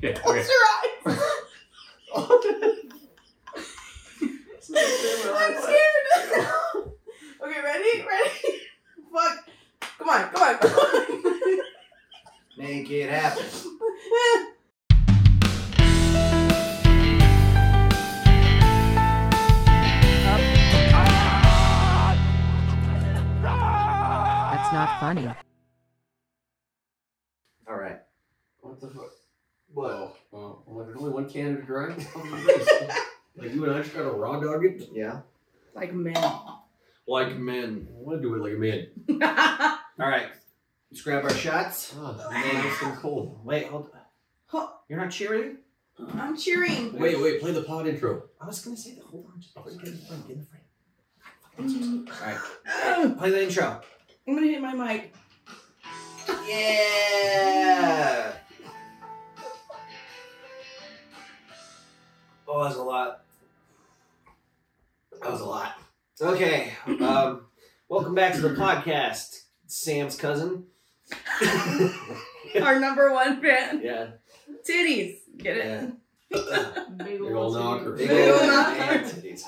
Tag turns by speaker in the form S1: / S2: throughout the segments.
S1: Yeah.
S2: Close
S1: Okay.
S2: your eyes. I'm scared. okay, ready? Ready? Fuck. Come on, come on, come on.
S3: Make it happen.
S4: That's not funny.
S3: All right.
S5: What the fuck?
S3: Whoa.
S5: Well, uh, I'm like, there's only one can of dry. like you and I just gotta raw dog it.
S3: Yeah.
S2: like men.
S5: Like men. I want to do it like a man.
S3: All right. Let's grab our shots.
S5: Oh, man, it's so cold.
S3: Wait, hold.
S2: Huh.
S3: You're not cheering?
S2: I'm cheering.
S5: Wait, wait, play the pod intro.
S3: I was gonna say that. Hold on. Just get in the frame. Get in the frame.
S2: I'm
S3: All right. Play the intro.
S2: gonna hit my mic.
S3: Yeah. Oh, that was a lot. That was a lot. Okay. Um, welcome back to the podcast, Sam's cousin.
S2: Our number one fan.
S5: Yeah.
S2: Titties. Get it?
S3: Yeah.
S4: Big
S5: Big ol' knocker.
S3: Big
S2: Big
S3: old
S2: ol'
S3: man titties.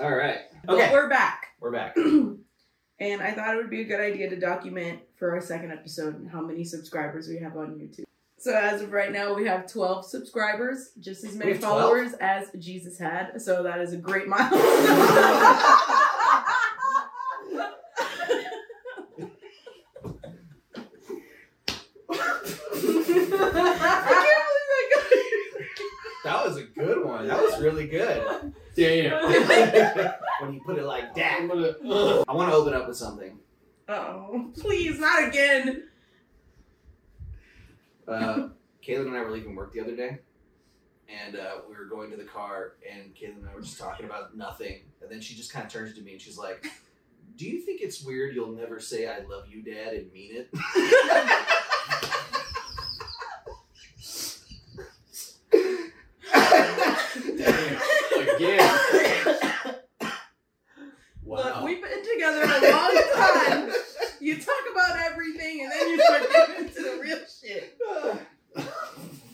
S3: All right.
S2: But
S3: Okay.
S2: we're back.
S3: We're back.
S2: And I thought it would be a good idea to document for our second episode how many subscribers we have on YouTube. So as of right now, we have 12 subscribers, just as many
S3: have 12?
S2: followers as Jesus had. So that is a great milestone. I
S3: That was a good one. That was really good.
S5: Damn.
S2: can't believe I got
S3: When you put it like that.
S5: I'm gonna- Ugh.
S3: I want to open up with something.
S2: Oh, please, not again.
S3: uh, Caitlin and I were leaving work the other day, and uh, we were going to the car, and Caitlin and I were just talking about nothing. And then she just kind of turns to me and she's like, "Do you think it's weird you'll never say I love you, Dad, and mean it?"
S5: Damn. Again.
S2: Look,
S5: Wow.
S2: we've been together a long time. You talk about everything and then you start getting into the real shit.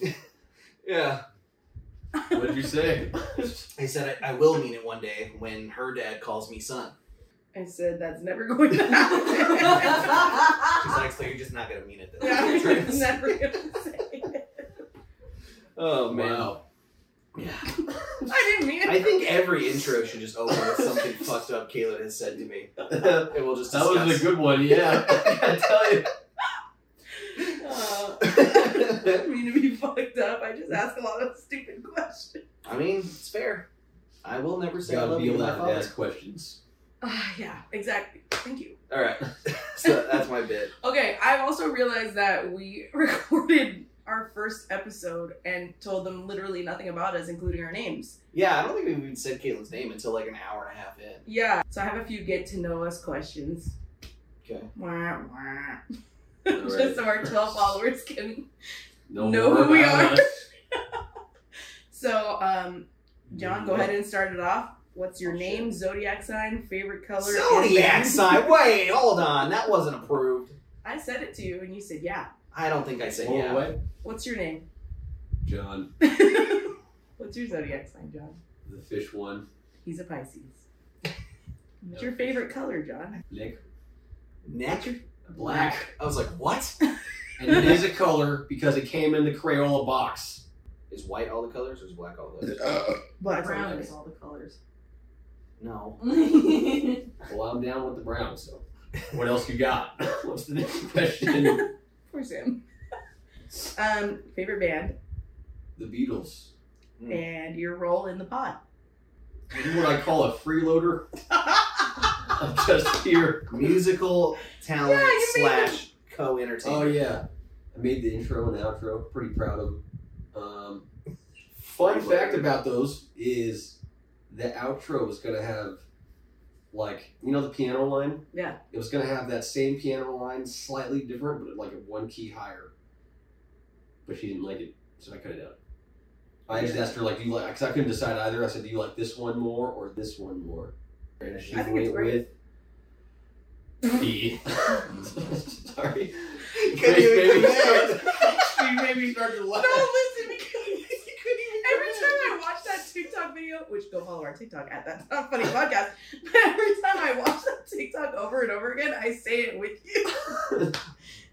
S3: yeah,
S5: What did you say?
S3: I said I, I will mean it one day when her dad calls me son.
S2: I said that's never going to happen.
S3: She's like, "So you're just not gonna mean it then?"
S2: yeah, I'm never gonna say. it.
S3: Oh man.
S5: Wow.
S3: Yeah.
S2: I didn't mean it.
S3: I think every intro should just open with something fucked up Caleb has said to me. and we'll just
S5: That was a
S3: discuss.
S5: good one, yeah. I tell you.
S2: Uh, I didn't mean to be fucked up. I just ask a lot of stupid questions.
S3: I mean, it's fair. I will never say I
S5: Gotta
S3: love
S5: be
S3: you, my
S5: allowed to
S3: father.
S5: ask questions.
S2: Ah, yeah, exactly. Thank you.
S3: All right, so that's my bit.
S2: Okay, I've also realized that we recorded our first episode and told them literally nothing about us, including our names.
S3: Yeah, I don't think we even said Caitlin's name until like an hour and a half in.
S2: Yeah. So I have a few get to know us questions.
S3: Okay.
S2: Wah, wah.
S5: All right.
S2: Just so our 12 followers can.
S5: No
S2: know
S5: more
S2: who we
S5: about
S2: are.
S5: us.
S2: So, um, John, go ahead and start it off. What's your
S3: Oh, shit.
S2: name, zodiac sign, favorite color? and
S3: Zodiac
S2: band?
S3: sign. Wait, hold on. That wasn't approved.
S2: I said it to you and you said, yeah.
S3: I don't think I said
S5: All
S3: yeah.
S5: the way?
S2: What's your name?
S5: John,
S2: What's your zodiac sign, John?
S5: the fish one.
S2: He's a Pisces. What's your favorite color, John?
S5: Nick.
S3: Neck
S5: Black.
S3: I was like, what?
S5: And it is a color because it came in the Crayola box.
S3: Is white all the colors or is black all the colors?
S5: Uh.
S2: Black.
S4: Brown is all the colors.
S3: No.
S5: Well, I'm down with the brown, so. What else you got? What's the next question?
S2: Poor Sam. Um, favorite band
S5: the Beatles.
S3: Hmm.
S2: and your role in the pod.
S5: You know what I call a freeloader? I'm just here.
S3: Musical talent
S2: Yeah, you made
S3: slash co-entertainer.
S5: Oh yeah, I made the intro and outro. Pretty proud of. 'em. Um, fun fact about those is the outro was gonna have like you know the piano line.
S2: Yeah.
S5: It was gonna have that same piano line, slightly different, but like one key higher. But she didn't like it, so I cut it out. I just asked her like, "Do you like?" Because I couldn't decide either. I said, "Do you like this one more or this one more?" And she
S2: I think it's
S5: went with B. Sorry.
S3: Couldn't even
S5: Baby,
S3: commit.
S5: she made me start to laugh.
S2: Don't listen video, which go follow our TikTok at That's Not Funny Podcast. But every time I watch that TikTok over and over again, I say it with you.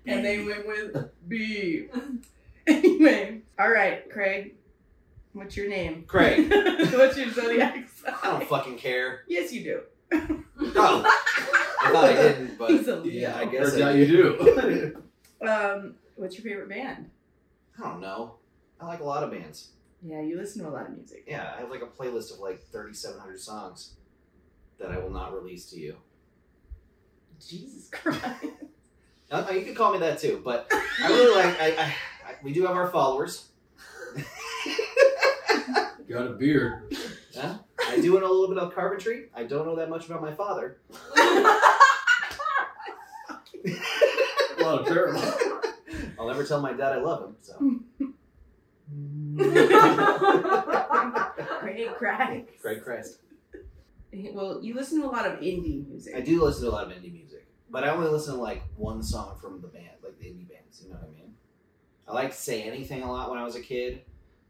S2: and they went with B. anyway, all right, Craig. What's your name?
S3: Craig.
S2: what's your zodiac
S3: I don't
S2: sign?
S3: fucking care.
S2: Yes, you do.
S3: No, I thought I didn't, but
S2: He's a
S3: yeah, I
S5: Turns
S3: guess I,
S5: out you do.
S2: Um, what's your favorite band?
S3: I don't know. I like a lot of bands.
S2: Yeah, you listen to a lot of music.
S3: Yeah, I have like a playlist of like 3,700 songs that I will not release to you.
S2: Jesus Christ.
S3: Uh, you can call me that too, but I really like. I, I, I we do have our followers.
S5: Got a beard.
S3: I do know a little bit of carpentry. I don't know that much about my father.
S5: A lot of parallels.
S3: I'll never tell my dad I love him. So.
S2: Craig Christ.
S3: Great Christ.
S2: Well, you listen to a lot of indie music.
S3: I do listen to a lot of indie music, but I only listen to like one song from the band, like the indie bands. You know what I mean? I like Say Anything a lot when I was a kid.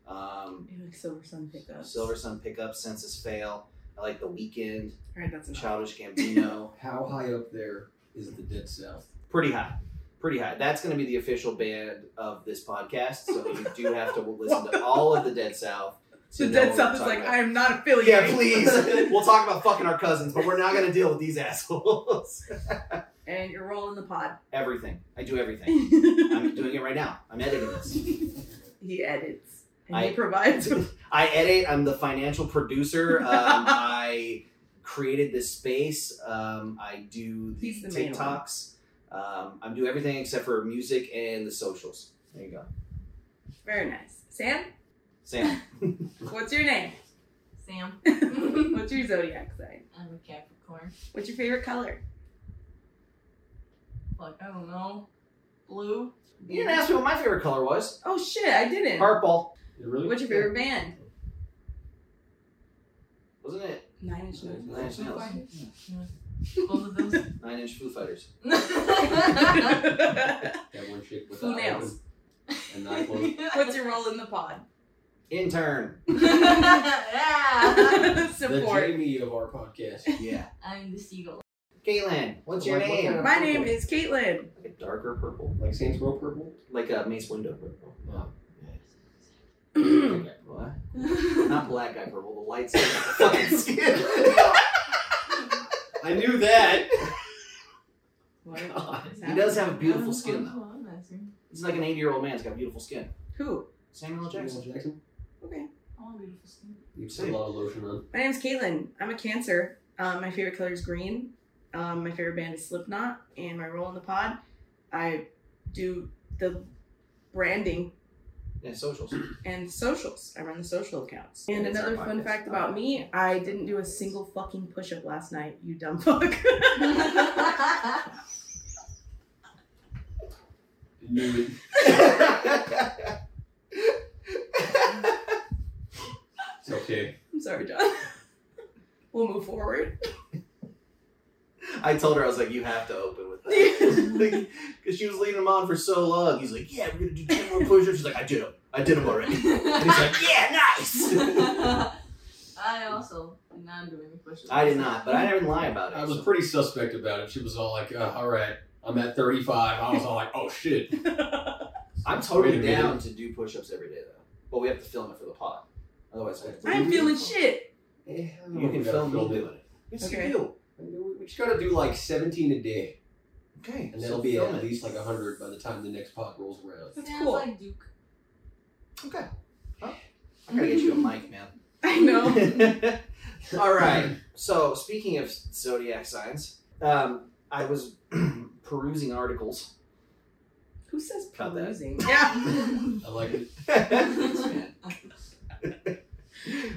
S3: Um,
S2: Ew, like Silver Sun pickups.
S3: Silver Sun Pickup, Census Fail. I like The Weeknd,
S2: All right, that's enough.
S3: Childish Gambino.
S5: How high up there is the Dead South?
S3: pretty high pretty high that's going to be the official band of this podcast so you do have to listen to all of the dead south
S2: So
S3: to know
S2: Dead
S3: what
S2: South
S3: we're
S2: is
S3: talking
S2: like,
S3: about.
S2: I am not affiliated.
S3: yeah please we'll talk about fucking our cousins but we're not going to deal with these assholes
S2: and you're rolling the pod.
S3: everything i do everything i'm
S2: he
S3: doing it right now i'm editing this
S2: edits. And he
S3: I-
S2: provides.
S3: i edit i'm the financial producer um, i created this space um, i do the
S2: He's the main one.
S3: tiktoks um, i do everything except for music and the socials there you go
S2: Very nice. Sam,
S3: sam
S2: what's your name?
S4: Sam,
S2: what's your zodiac sign?
S4: I'm a Capricorn.
S2: What's your favorite color?
S4: Like, I don't know. Blue.
S3: you didn't ask me what my favorite color was
S2: Oh shit, I didn't.
S3: Purple.
S5: It really
S2: What's your favorite band?
S3: Wasn't it?
S2: Nine Inch Nails.
S3: Nine Inch Nails.
S4: Both of those.
S3: Nine Inch Foo Fighters.
S5: That one chick with
S2: Who
S5: the
S2: nails?
S5: eyes And and the iPhone.
S2: What's your role in the pod?
S3: Intern.
S4: yeah.
S5: The
S2: Support.
S5: Jamie of our podcast.
S3: Yeah.
S4: I'm the seagull.
S3: Caitlin, what's
S5: So
S3: your
S5: like, what
S3: name?
S5: kind
S2: My name is Caitlin.
S3: Like a darker purple.
S5: Like Saints Row Purple?
S3: Like a Mace Window purple.
S5: No.
S3: Black guy purple, huh? Not black guy purple, the lights on the fucking skin.
S5: I knew that.
S2: What is
S3: He does
S2: happening?
S3: have a beautiful skin though. He's like an 80 year old man, he's got beautiful skin.
S2: Who?
S3: Samuel L.
S5: Jackson. Jackson.
S3: Jackson.
S4: beautiful skin.
S5: You put a lot of lotion on.
S2: My name's Caitlin. I'm a Cancer. Um, my favorite color is green. Um, my favorite band is Slipknot. And my role in the pod, I do the branding
S3: Yeah, socials.
S2: and socials. I run the social accounts. And
S3: That's
S2: another
S3: our
S2: fun
S3: podcast.
S2: fact about me, I didn't do a single fucking push up last night, you dumb fuck.
S5: Knew it. It's okay.
S2: I'm sorry, John. We'll move forward.
S3: I told her I was like, you have to open with that, because she was leading him on for so long. He's like, yeah, we're gonna do ten more push-ups. She's like, I did them, I did them already. And he's like, yeah, nice.
S4: I also did not do any push-ups.
S3: I did not, but I didn't lie about it.
S5: I was
S3: so-
S5: pretty suspect about it. She was all like, uh, all right, I'm at 35. I was all like, oh shit.
S3: I'm
S5: Wait
S3: totally
S5: a minute.
S3: down to do push-ups every day though, but we have to film it for the pod. Otherwise, we have to-
S2: I'm feeling shit.
S5: You
S3: You can film me doing it. Yes,
S2: Okay.
S3: you do.
S5: We just gotta do like 17 a day,
S3: Okay,
S5: and
S3: so
S5: that'll be
S3: film
S5: at
S3: it.
S5: least like 100 by the time the next pot rolls around.
S2: That's
S4: Sounds
S2: cool.
S4: like Duke.
S3: Okay. Huh? I gotta get you a mic, man.
S2: I know. Oh.
S3: All right. So speaking of zodiac signs, um, I was perusing articles.
S2: Who says
S3: Cut that.
S2: perusing? Yeah.
S5: I like it.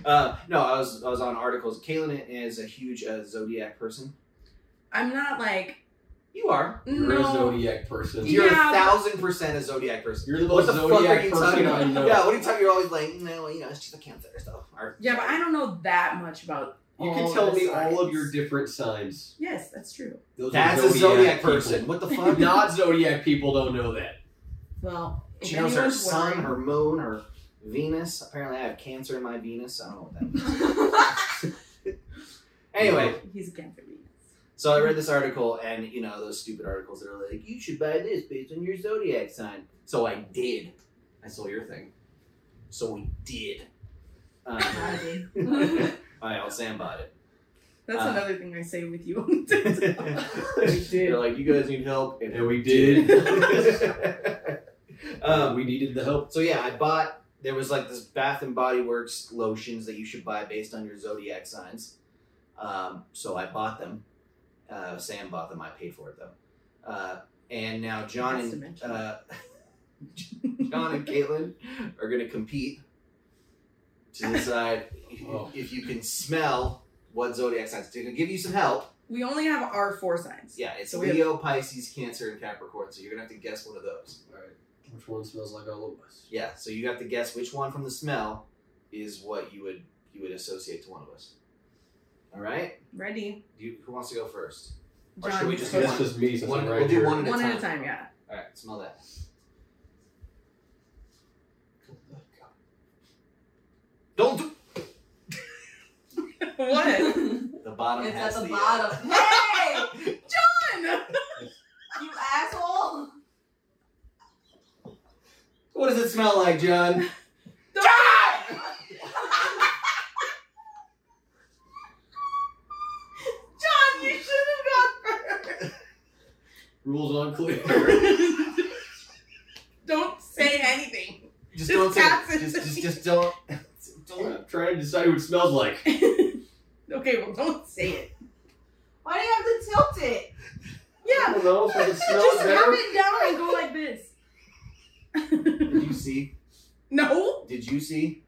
S3: uh, no, I was I was on articles. Kaylin is a huge uh, zodiac person.
S2: I'm not like,
S3: You are.
S5: You're
S2: no.
S5: a zodiac person.
S3: You're
S2: Yeah, but-
S3: a thousand percent a zodiac person.
S5: You're the
S3: What
S5: most
S3: the fuck are you
S5: zodiac
S3: talking
S5: person
S3: about?
S5: I know.
S3: Yeah, what are you talking? You're always like, no, you know, it's just a cancer stuff. Or,
S2: Yeah, but I don't know that much about.
S5: You
S2: all
S5: can tell
S2: the
S5: me all of
S2: signs.
S5: your different signs.
S2: Yes, that's true.
S5: Those are
S3: that's a zodiac person. What the
S5: people.
S3: fuck?
S5: Not zodiac people don't know that.
S2: Well, if
S3: she knows her
S2: anyone's
S3: sun,
S2: wondering-
S3: her moon, her Venus. Apparently, I have cancer in my Venus. I don't know what that means. Anyway,
S2: He's a cancer Venus.
S3: so I read this article, and you know those stupid articles that are like, "You should buy this based on your zodiac sign." So I did. I saw your thing. So we did. Um,
S4: I did.
S3: I know Sam bought it.
S2: That's
S3: Uh.
S2: another thing I say with you on TikTok.
S5: We
S3: They're like, "You guys need help,"
S5: And we did.
S3: um,
S5: we needed the help.
S3: So yeah, I bought. There was like this Bath and Body Works lotions that you should buy based on your zodiac signs. Um, so I bought them. Uh, Sam bought them. I paid for it though. Uh, and now John
S2: Nice to
S3: and
S2: mention.
S3: uh, John and Caitlin are gonna compete to decide
S5: Oh.
S3: if you can smell what zodiac signs. They're gonna give you some help.
S2: we only have our four signs.
S3: Yeah, it's
S2: So we have-
S3: Leo, Pisces, Cancer, and Capricorn. So you're gonna have to guess one of those.
S5: Alright. Which one smells like all of us?
S3: Yeah, so you have to guess which one from the smell is what you would you would associate to one of us. All right,
S2: Ready?
S3: you, who wants to go first? Or
S2: John,
S3: should we just
S2: go
S3: do
S5: That's
S3: one?
S5: just me since
S3: One-
S5: I'm
S3: we'll
S5: right
S3: do
S5: here.
S3: one at a
S2: one at a
S3: time.
S2: time. Yeah.
S3: All right, smell that. Don't do
S2: What?
S3: the bottom.
S4: It's at
S3: has
S4: the
S3: uh,
S4: bottom. Hey!
S2: One.
S4: You asshole!
S3: what does it smell like, John?
S2: John. John, you should have gone first.
S5: Rules on clear.
S2: Don't say anything.
S3: Just,
S2: Just
S3: don't say.
S2: pass it
S3: Just,
S2: to
S3: just,
S2: me.
S3: just don't.
S5: I'm trying to decide what it smells like.
S2: okay, well, don't say it.
S4: Why do you have to tilt it?
S5: I
S2: Yeah.
S5: don't know if I can smell
S2: Just
S5: it
S2: have
S5: better.
S2: it down and go like this.
S3: Did you see?
S2: No.
S3: Did you see?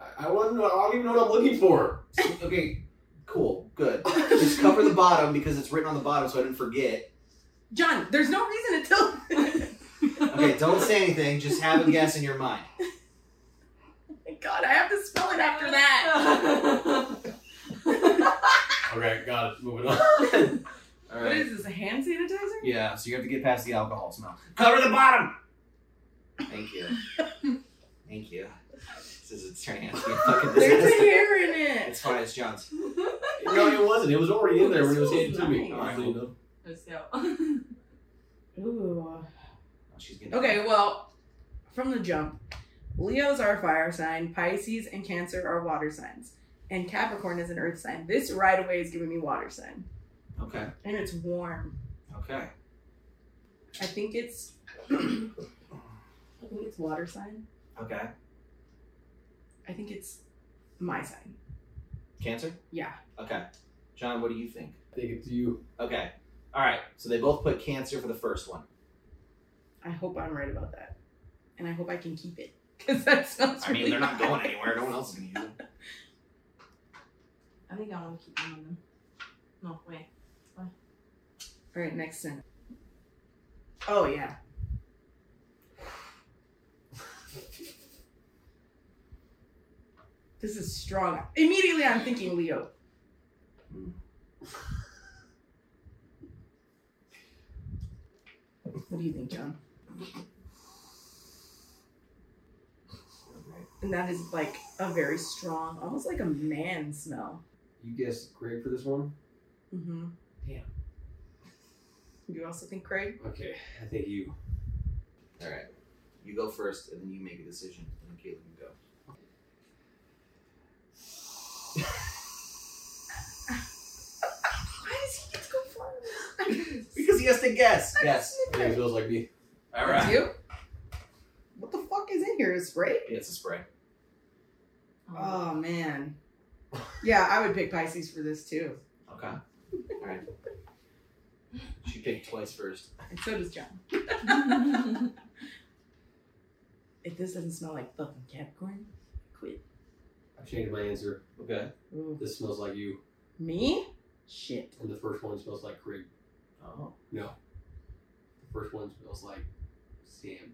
S5: I, I want to know. I don't even know what I'm looking for.
S3: Okay, cool, good. Just cover the bottom because it's written on the bottom, so I didn't forget.
S2: John, there's no reason to tell.
S3: Okay, don't say anything. Just have a guess in your mind.
S2: God, I have to spell it after that.
S5: Okay, got it. Moving on.
S3: All
S2: What is this, a hand sanitizer?
S3: Yeah, so you have to get past the alcohol smell. Cover the bottom. Thank you. Thank you. This is it's turning out to be a fucking
S2: There's a
S3: disaster.
S2: hair in it.
S3: It's fine. It's John's.
S5: No, it wasn't. It was already in there when it was handed to me.
S2: Nice.
S5: Alright, well, no.
S4: Let's go.
S2: Ooh.
S3: Oh, she's getting
S2: Okay, well, from the jump, Leo's our fire sign, Pisces and Cancer are water signs, and Capricorn is an earth sign. This right away is giving me water sign,
S3: Okay.
S2: and it's warm.
S3: Okay.
S2: I think it's. I think it's water sign.
S3: Okay.
S2: I think it's my sign.
S3: Cancer.
S2: Yeah.
S3: Okay. John, what do you think?
S5: I think it's you.
S3: Okay. All right. So they both put cancer for the first one.
S2: I hope I'm right about that. And I hope I can keep it. Because that sounds
S3: I mean,
S2: really
S3: they're not
S2: bad.
S3: going anywhere. No one else is going to use it.
S4: I think I want to keep one of them. No, wait.
S2: All right, next sentence. Oh, yeah. this is strong. Immediately, I'm thinking Leo. What do you think, John? And that is like a very strong, almost like a man smell.
S5: You guessed Greg for this one?
S2: Mm-hmm.
S5: Damn.
S2: You also think Craig?
S5: Okay, I think you.
S3: All right. You go first, and then you make a decision, and then Caitlin can go.
S2: Why does he get to go first?
S3: Because he has to guess. Yes.
S5: I think it smells like me.
S3: All
S2: That's
S3: right.
S2: you? What the fuck is in here? A spray?
S3: Yeah, it's a spray.
S4: Um,
S2: Oh man. Yeah, I would pick Pisces for this too.
S3: Okay. All right. She picked twice first.
S2: And so does John.
S4: Oh.
S2: If this doesn't smell like fucking Capricorn, quit.
S5: I've changed my answer.
S3: Okay.
S2: Ooh.
S5: This smells like you.
S2: Me? Shit.
S5: And the first one smells like Greg.
S3: Oh.
S5: No. The first one smells like Sam.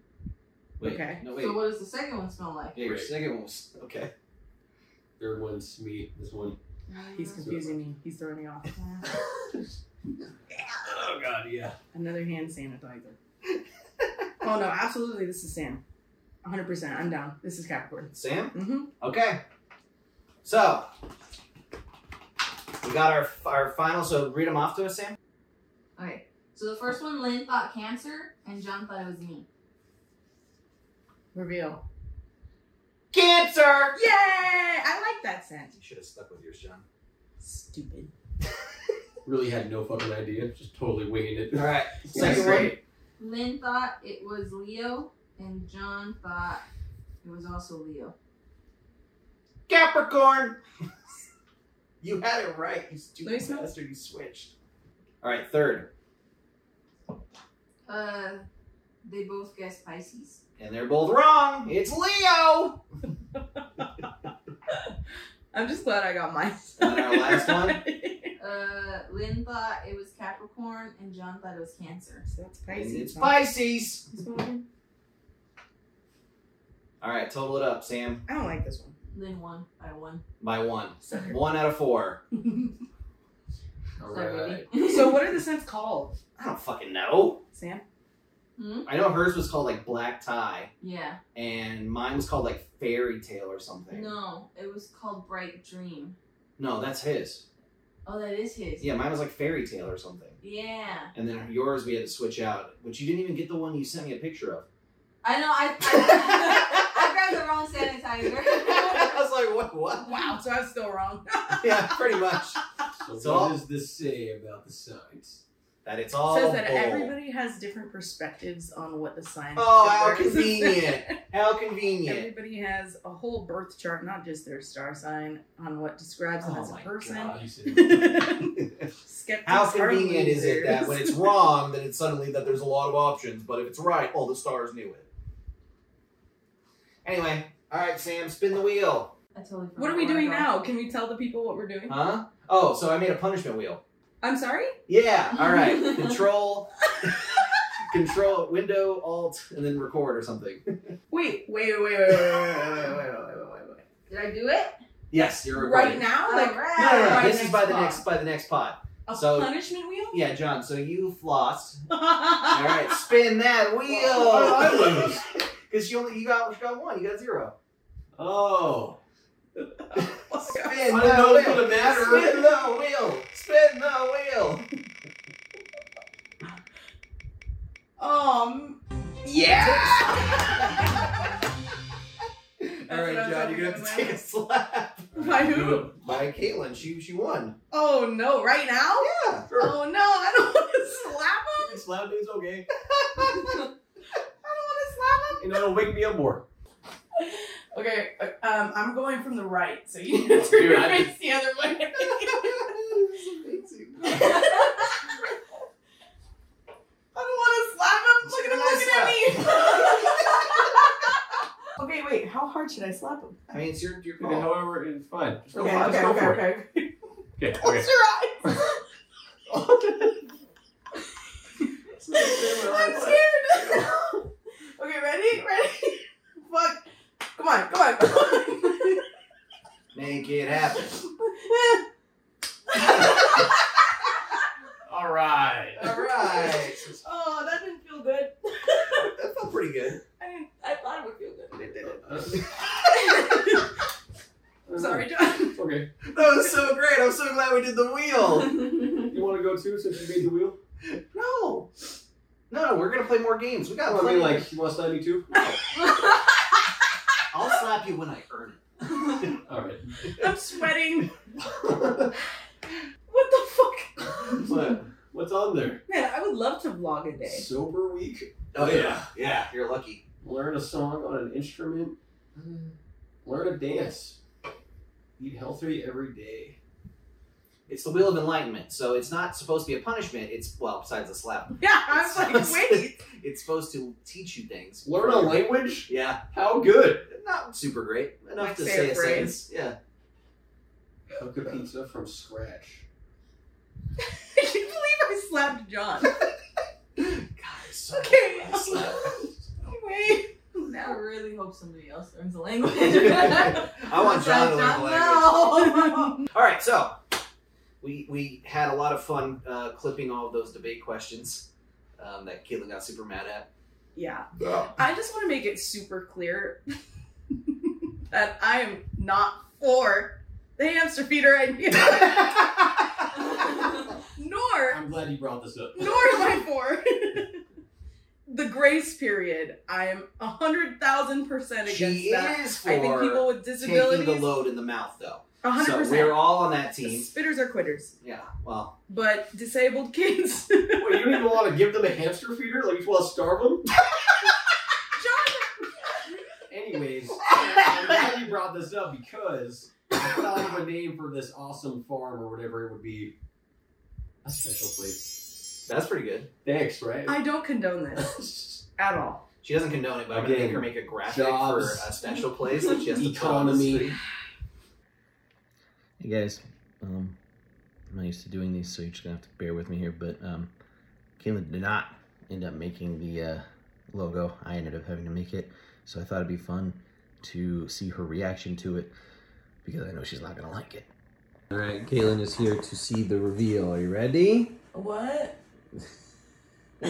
S3: Wait.
S2: Okay.
S3: No, wait.
S4: so what does the second one smell like?
S3: yeah, your
S5: Wait.
S3: second one was. Okay.
S5: Third one's me. This one.
S2: He's confusing me. He's throwing me off.
S5: Oh god, yeah.
S2: Another hand sanitizer. oh no, absolutely this is Sam. hundred percent. I'm down. This is Capricorn.
S3: Sam?
S2: Mm-hmm.
S3: Okay. So we got our our final. So read them off to us, Sam.
S4: Okay. So the first one, Lynn thought cancer, and John thought it was me.
S2: Reveal.
S3: Cancer.
S2: Yay! I like that scent.
S3: You should have stuck with yours, John.
S2: Stupid.
S5: Really had no fucking idea. Just totally winging it.
S3: All right.
S5: Yeah,
S3: Second one.
S5: great.
S4: Lynn thought it was Leo, and John thought it was also Leo.
S3: Capricorn. you had it right. You
S2: Let me
S3: stupid
S2: smell.
S3: bastard. You switched. All right. Third.
S4: Uh, they both guessed Pisces.
S3: And they're both wrong. It's Leo.
S2: I'm just glad I got mine.
S3: And our last one?
S4: Uh, Lynn thought it was Capricorn, and John thought it was Cancer.
S2: So that's
S3: And
S2: Pisces.
S3: it's
S2: huh?
S3: Pisces.
S2: This one?
S3: All right. Total it up, Sam.
S2: I don't like this one.
S4: Lynn won by one.
S3: By one.
S2: Sucker.
S3: One out of four.
S5: All
S4: Sorry,
S5: right.
S4: baby.
S2: so what are the scents called,
S3: I don't fucking know.
S2: Sam?
S3: I know hers was called like black tie.
S4: yeah.
S3: and mine was called like fairy tale or something.
S4: No, it was called Bright Dream.
S3: No, that's his.
S4: Oh, that is his.
S3: Yeah, mine was like fairy tale or something.
S4: Yeah.
S3: And then yours we had to switch out, which you didn't even get the one you sent me a picture of.
S4: I know. I I, I grabbed the wrong sanitizer.
S3: I was like, what? What?
S2: Wow, so I was still wrong.
S3: Yeah, pretty much.
S5: So
S3: So-
S5: what does this say about the signs?
S3: That it's all.
S2: Says that
S3: bull.
S2: everybody has different perspectives on what the sign.
S3: Oh, how
S2: works.
S3: convenient! How convenient!
S2: Everybody has a whole birth chart, not just their star sign, on what describes them
S3: Oh
S2: as a
S3: my
S2: person.
S5: You said-
S2: Skeptics
S3: How
S2: are
S3: convenient is it
S2: losers.
S3: that when it's wrong, that it's suddenly that there's a lot of options, but if it's right, all the stars knew it. Anyway, all right, Sam, spin the wheel.
S4: I totally forgot
S2: What are we
S4: where I
S2: doing
S4: brought
S2: now? Can we tell the people what we're doing?
S3: Huh? Oh, so I made a punishment wheel.
S2: I'm sorry?
S3: Yeah. All right. control. control. Window. Alt, and then record or something.
S2: Wait, wait, wait, wait, wait, wait, wait, wait, wait, wait, wait, wait, wait.
S4: it. Did I do it?
S3: Yes, you're
S2: Right
S3: recording.
S2: now? Like
S4: Alright.
S3: No, no, no.
S2: Right
S3: this is by the
S2: pod.
S3: next by the next pod.
S2: a
S3: So-
S2: punishment wheel?
S3: Yeah, John. So you flossed. All
S2: All
S3: right. Spin that
S5: Oh, I
S3: wheel.
S5: lose.
S3: Because you only you got you got one. You got zero.
S5: Oh.
S3: Spin
S5: I didn't
S3: the
S5: know it
S3: wheel.
S5: would've mattered.
S3: Spin the wheel. Spin the wheel.
S2: Um. Yeah.
S3: All
S2: what I
S3: right,
S2: was
S3: John. You're gonna have to
S2: hoping
S3: take a slap.
S2: By who?
S3: By Caitlin. She she won.
S2: Oh no! Right now?
S3: Yeah.
S2: Oh no! I don't want to slap him.
S5: It's loud, it's okay.
S2: I don't want to slap him.
S5: You know, it'll wake me up more.
S2: Okay. uh, Um, I'm going from the right, so you need to turn
S5: Dude,
S2: your
S5: I-
S2: face the other way.
S3: This is amazing.
S2: I don't want to slap him. Look at him looking at me. okay, wait. How hard should I slap him?
S3: I mean, it's your your
S5: Okay,
S3: call.
S5: however, it's fine. Just go
S2: Okay,
S5: for it, just go
S2: okay, okay,
S5: for it.
S2: okay.
S5: Okay,
S2: Close
S5: okay.
S2: your eyes. I'm scared. okay, ready? Ready? Fuck. Come on, come on, come on.
S3: Make it happen.
S5: All right.
S3: All right.
S2: oh, that didn't feel good.
S3: That felt pretty good.
S2: I, didn't, I thought it would feel good, but it
S5: Uh,
S2: didn't. Sorry, John.
S5: It's okay.
S3: That was so great. I'm so glad we did the wheel.
S5: You want to go too since you made the wheel?
S3: No. No, no, we're gonna play more games. We got
S5: Oh, I
S3: plenty.
S5: mean, like, you want to slide me too?
S3: I'll slap you when I earn
S5: All right.
S2: I'm sweating.
S3: it.
S2: What the fuck?
S5: What? What's on there?
S2: Man, I would love to vlog a day.
S5: Sober week.
S3: oh yeah, yeah. You're lucky.
S5: Learn a song on an instrument. Learn a dance. Eat healthy every day.
S3: It's the wheel of enlightenment, so it's not supposed to be a punishment. It's well, besides the slap,
S2: Yeah, I was like, wait.
S3: it's supposed to teach you things.
S5: Learn a language?
S3: Yeah,
S5: How good?
S3: not super great. Enough
S2: Like
S3: to
S2: say
S3: say
S2: a
S3: a
S2: phrase.
S3: sentence. Yeah.
S5: Cook a pizza from scratch.
S2: I can't believe I slapped John.
S3: God, it's so
S2: Okay.
S3: I slapped.
S2: Wait.
S4: I
S2: No.
S4: really hope somebody else learns the language.
S3: I want John to learn the
S2: No.
S3: language. All right, so we we had a lot of fun uh, clipping all of those debate questions um, that Caitlin got super mad at,
S2: Yeah. I just want to make it super clear that I am not for the hamster feeder idea, nor
S5: I'm glad you brought this up.
S2: nor am I for the grace period. I am a hundred thousand percent against
S3: She
S2: that.
S3: is for
S2: I think people with
S3: taking the
S2: disabilities,
S3: load in the mouth, though.
S2: a hundred
S3: So we're
S2: percent.
S3: all on that
S2: The
S3: team.
S2: Spitters are quitters,
S3: Yeah. Well,
S2: but disabled kids.
S5: Wait, you don't even want to give them a hamster feeder? Like, you just want to starve them? Anyways, I'm glad you brought this up because I thought of a name for this awesome farm or whatever it would be. A special place.
S3: that's pretty good.
S5: Thanks, right?
S2: I don't condone this at all.
S3: She doesn't condone it, but I'm gonna
S5: Again,
S3: make her make a graphic
S5: jobs.
S3: for a special place that she has to put on the
S5: Economy.
S3: screen.
S1: Hey guys, um, I'm not used to doing these, so you're just gonna have to bear with me here. But um, Caitlin did not end up making the uh, logo. I ended up having to make it, so I thought it'd be fun to see her reaction to it because I know she's not gonna like it. All right, Caitlin is here to see the reveal. Are you ready?
S6: What?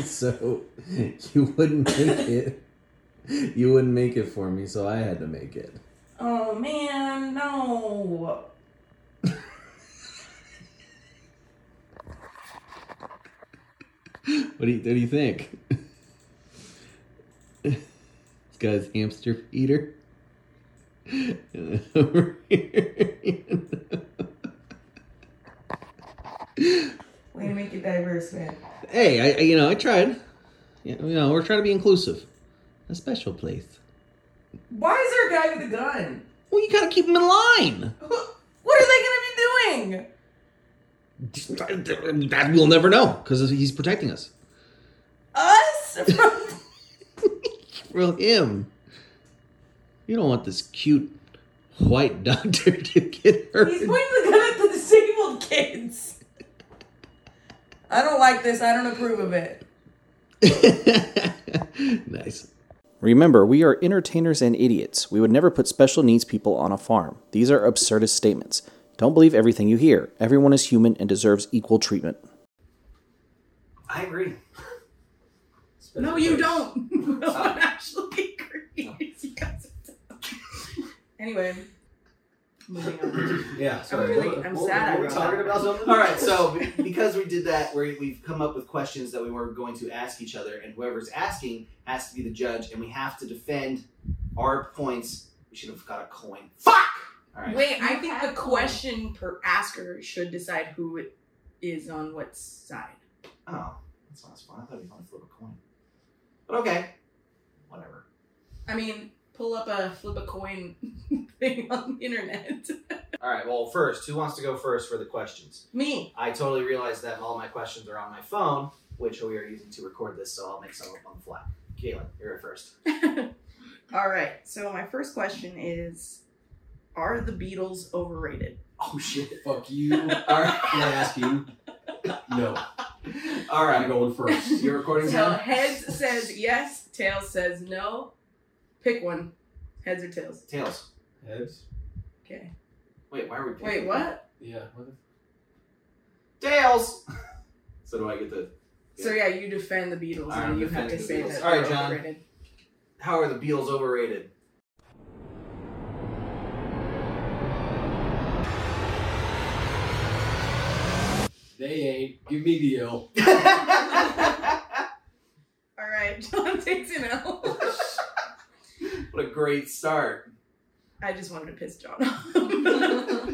S1: So you wouldn't make it. You wouldn't make it for me, so I had to make it.
S6: Oh man, no.
S1: What do you, what do you think? this guy's hamster feeder. And then over here.
S6: Way to make it diverse, man.
S1: hey, I, I you know I tried. You know we're trying to be inclusive. A special place.
S6: Why is there a guy with a gun?
S1: Well, you gotta keep them in line.
S6: Who- What are they gonna be doing?
S1: That we'll never know because he's protecting us.
S6: Us? From-
S1: Well, him. You don't want this cute white doctor to get hurt.
S6: He's pointing the gun at the disabled kids. I don't like this. I don't approve of it.
S1: nice.
S7: Remember, we are entertainers and idiots. We would never put special needs people on a farm. These are absurdist statements. Don't believe everything you hear. Everyone is human and deserves equal treatment.
S3: I agree.
S2: No, you don't. Uh. No one actually agrees. Yes. Anyway, moving on.
S5: Yeah, sorry.
S2: really-
S5: What-
S2: I'm
S5: what-
S2: sad
S5: what We're
S2: I-
S5: talking about something?
S3: All right, so be- because we did that, we we've come up with questions that we were going to ask each other, and whoever's asking has to be the judge, and we have to defend our points. We should have got a coin. Fuck! All right.
S2: Wait, I
S4: You
S2: think
S4: have
S2: the question per asker should decide who it is on what side.
S3: Oh, that's not as fun. I thought we wanted to flip a coin. But okay. Whatever.
S2: I mean, pull up a flip a coin thing on the internet.
S3: All right, well, first, who wants to go first for the questions?
S2: Me.
S3: I totally realize that all my questions are on my phone, which we are using to record this, so I'll make some up on the fly. Kaylin, you're first.
S2: All right. So my first question is: Are the Beatles overrated?
S3: Oh, shit.
S5: Fuck you. Can
S3: All right.
S5: I ask you? No.
S3: All
S5: I'm
S3: right.
S5: going first.
S3: You're recording
S2: So
S3: now?
S2: heads says yes, tails says no. Pick one. Heads or tails?
S3: Tails.
S5: Heads?
S2: Okay.
S3: Wait, why are we picking?
S2: Wait, what?
S5: Yeah. what the-
S3: Tails! so do I get the.
S2: So yeah, you defend the Beatles,
S3: Alright,
S2: and you
S3: defend
S2: have to
S3: the
S2: say
S3: Beatles.
S2: that.
S3: Alright,
S2: they're
S3: John.
S2: overrated.
S3: How are the Beatles overrated?
S5: They ain't. Give me the L.
S3: what
S2: All right, John takes an L.
S3: a great start.
S2: I just wanted to piss John off.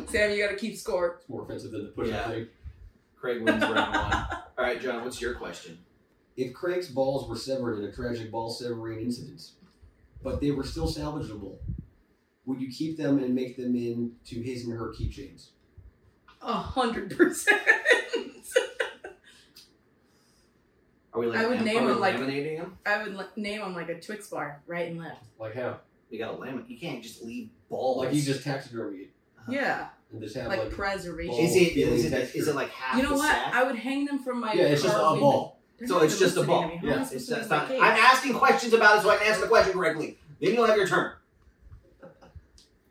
S2: Sam, you got to keep score.
S5: It's more offensive than the push
S3: Yeah.
S5: up thing.
S3: Craig wins round one. All right, John, what's your question?
S5: If Craig's balls were severed in a tragic ball severing incident, but they were still salvageable, would you keep them and make them into his and her keychains?
S2: A hundred percent.
S3: Are we like
S2: I would
S3: lam-
S2: name
S3: are we
S2: him, like-
S3: laminating him?
S2: I would l- name them like a Twix bar, right and left.
S5: Like how?
S3: We gotta laminate. You can't just leave balls.
S5: Like you just taxidermy it
S2: Yeah,
S5: and just have
S2: like,
S5: like.
S2: preservation.
S5: balls
S3: Uh-huh. is it is
S5: feeling
S3: it, is
S5: texture.
S3: it like half
S2: you know
S3: the
S2: what?
S3: sack?
S2: I would hang them from my.
S5: yeah, it's just a
S2: car window.
S5: ball.
S2: They're
S3: So
S2: not
S3: it's
S2: even
S3: just a
S2: listening to
S3: ball.
S2: me. How am I
S5: Yeah,
S2: supposed
S3: It's
S2: to
S3: just
S2: make my
S3: not-
S2: case?
S3: I'm asking questions about it so I can answer the question correctly. Then you'll have your turn.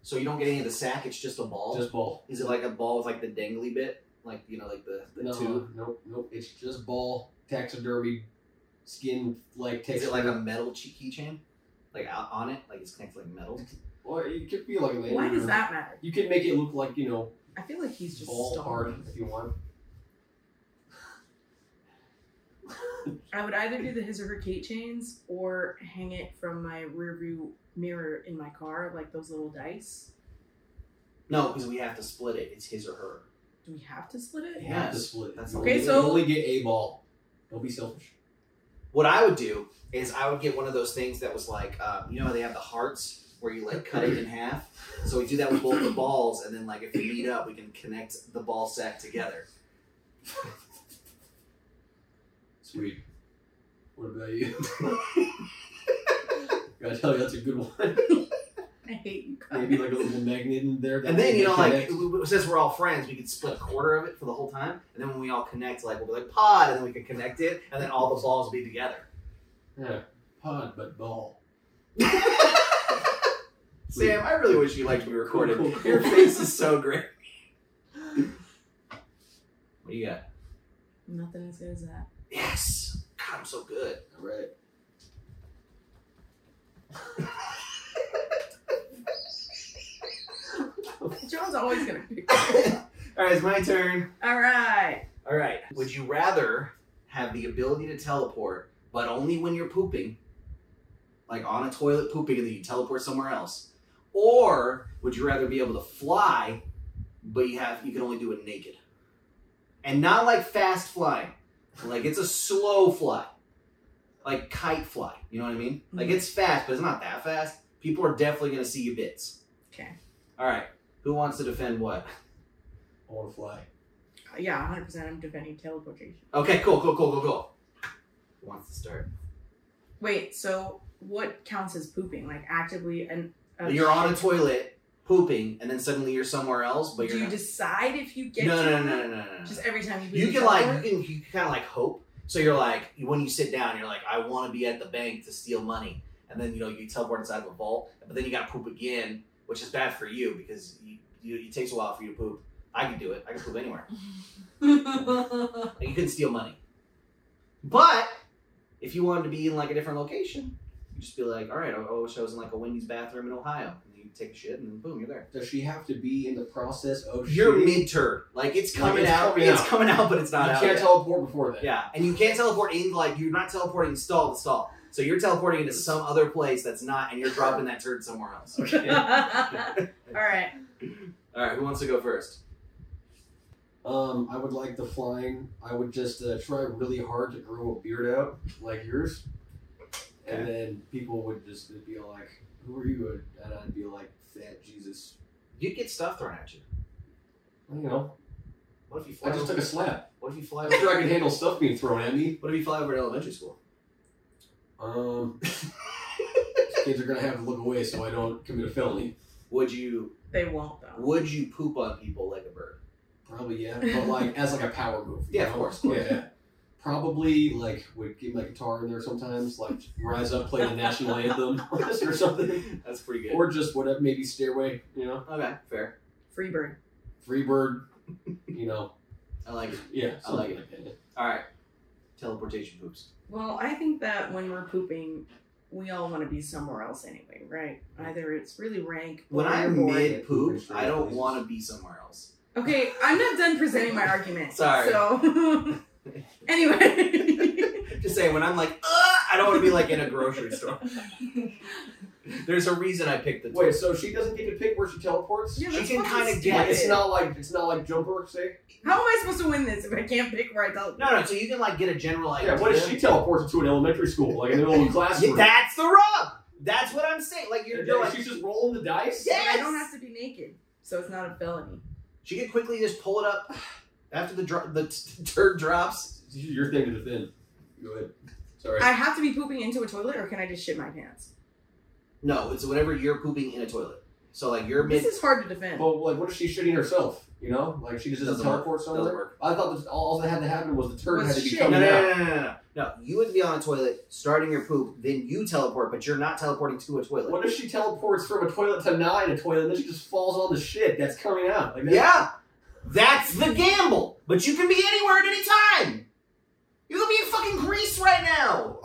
S3: So you don't get any of the sack. It's just a ball.
S5: Just ball.
S3: is it like a ball with like the dangly
S5: uh,
S3: bit, like you know, like the the
S5: no,
S3: tube?
S5: Nope, nope. It's just ball taxidermy skin like
S3: Is
S5: texture.
S3: it like a metal che- keychain? Like out on it? Like it's connected like metal?
S5: or it could be like a
S2: Why does
S5: lanyard.
S2: that matter?
S5: You can make it look like you know
S2: I feel like he's just
S5: ball hard
S2: stalling.
S5: if you want.
S2: I would either do the his or her key chains or hang it from my rearview mirror in my car, like those little dice.
S3: No, because we have to split it. It's his or her.
S2: Do we have to split
S5: You
S2: it?
S5: have to
S3: Yes.
S5: split it.
S3: That's
S5: You
S2: okay,
S5: only-
S2: so-
S5: you only get a ball. Don't be selfish.
S3: What I would do is I would get one of those things that was like, um, you know how they have the hearts where you like cut it in half? So we do that with both the balls, and then like if we meet up, we can connect the ball sack together.
S5: Sweet. What about you? Gotta tell you that's a good one.
S2: I hate you guys.
S5: Maybe like a little magnet in there. that
S3: And then, you know, like,
S5: connects.
S3: w- w- since we're all friends, we could split a quarter of it for the whole time. And then when we all connect, like, we'll be like, pod, and then we can connect it, and then all the balls will be together.
S5: yeah, pod but ball.
S3: Sam, I really wish you liked me recorded.
S5: Cool, cool, cool.
S3: Your face is so great. What do you got?
S2: Nothing as good as that.
S3: Yes! God, I'm so good.
S5: All right.
S2: John's always gonna pick.
S3: Alright, it's my turn.
S2: All right.
S3: Alright. Would you rather have the ability to teleport, but only when you're pooping? Like on a toilet pooping and then you teleport somewhere else? Or would you rather be able to fly, but you have you can only do it naked? And not like fast flying. Like it's a slow fly. Like kite fly. You know what I mean? Like
S2: Mhm.
S3: it's fast, but it's not that fast. People are definitely gonna see you bits.
S2: Okay.
S3: Alright. Who wants to defend what?
S5: I want to fly.
S2: Uh, Yeah, 100. percent I'm defending teleportation.
S3: Okay, cool, cool, cool, cool, cool. Who wants to start?
S2: Wait. So what counts as pooping? Like actively and uh,
S3: You're on a toilet pooping, and then suddenly you're somewhere else, but
S2: Do
S3: you're
S2: you
S3: not.
S2: decide if you get?
S3: no,
S2: to
S3: no, no,
S2: it?
S3: no, no, no, no.
S2: Just every time you.
S3: You
S2: leave
S3: can
S2: the
S3: like
S2: door?
S3: you can you kind of like hope. So you're like when you sit down, you're like I want to be at the bank to steal money, and then you know you teleport inside of a vault, but then you got to poop again, which is bad for you because you, you, it takes a while for you to poop. I can do it. I can poop anywhere. Like, you couldn't steal money. But if you wanted to be in like a different location, you just be like, all right, I, I wish I was in like a Wendy's bathroom in Ohio. And you take a shit and then boom, you're there.
S5: Does she have to be in the process of?
S3: You're
S5: shooting?
S3: mid turd. Like it's
S5: Oh, Like,
S3: coming
S5: it's
S3: out.
S5: coming
S3: it's
S5: out.
S3: coming out, but it's
S5: You
S3: not out.
S5: can't
S3: yet.
S5: teleport before that.
S3: yeah, and you can't teleport in. Like you're not teleporting stall to stall. So you're teleporting into some other place that's not, and you're dropping that turd somewhere else.
S2: All right.
S3: All right, who wants to go first?
S5: Um, I would like the flying. I would just uh, try really hard to grow a beard out like yours, and then people would just be like, "Who are you?" And I'd be like, "Fat Jesus."
S3: You'd get stuff thrown at you.
S5: You know,
S3: What if you fly?
S5: I just
S3: over-
S5: took a slap.
S3: What if you fly?
S5: I'm
S3: Over-
S5: sure I could handle stuff being thrown at me.
S3: what if you fly over to elementary school?
S5: Um, kids are gonna have to look away so I don't commit a felony.
S3: Would you
S2: They won't though.
S3: Would you poop on people like a bird?
S5: Probably yeah, but like as like a power move. you
S3: Yeah, of
S5: know?
S3: course, of course.
S5: Yeah. Probably like would get my guitar in there sometimes, like rise up, play the national anthem or something.
S3: That's pretty good.
S5: or just whatever, maybe stairway, you know,
S3: okay, fair.
S2: Free bird.
S5: Freebird, you know,
S3: I like it.
S5: yeah,
S3: I like
S5: something like that.
S3: All right. Teleportation poops.
S2: Well, I think that when we're pooping, we all want to be somewhere else anyway, right? Either it's really rank.
S3: When
S2: or
S3: I'm
S2: you're bored.
S3: mid poop, I don't
S5: Please.
S3: want to be somewhere else.
S2: Okay, I'm not done presenting my argument.
S3: Sorry.
S2: So, anyway,
S3: Just saying, when I'm like, Ugh, I don't want to be like in a grocery store. There's a reason I picked the.
S5: Wait, so she doesn't get to pick where she teleports?
S2: Yeah,
S3: She
S2: that's
S3: can
S2: fucking
S3: kinda
S2: stupid.
S3: Yeah,
S5: like,
S3: guess.
S5: it's not like it's not like jumper, say.
S2: How am I supposed to win this if I can't pick where I teleport?
S3: no, no. So you can like get a general idea.
S5: yeah, what if she teleports to an elementary school, like in the middle of a
S3: Yeah,
S5: classroom?
S3: that's the rub. That's what I'm saying. Like you're,
S5: And
S3: you're
S5: then
S3: like
S5: she's just rolling the dice.
S2: But
S3: yes.
S2: I don't have to be naked, so it's not a felony.
S3: She could quickly just pull it up after the dro- the t- turd drops.
S5: Your thing to the thin. Go ahead. Sorry.
S2: I have to be pooping into a toilet, or can I just shit my pants?
S3: No, it's whenever you're pooping in a toilet. So like you're mid.
S2: This is hard to defend.
S5: Well, like, what if she's shitting herself? You know, like she just doesn't
S3: Doesn't work.
S5: teleport
S3: doesn't
S5: somewhere.
S3: work.
S5: I thought this, all, all that had to happen was the turd
S2: Was
S5: had to be
S2: shit.
S5: coming
S3: no,
S5: out.
S3: no, no, no, no, no. No, you would be on a toilet, starting your poop, then you teleport, but you're not teleporting to a toilet.
S5: What if she teleports from a toilet to not in a toilet, and then she just falls on the shit that's coming out? Like, that's-
S3: yeah, that's the gamble. But you can be anywhere at any time. You could be in fucking Greece right now.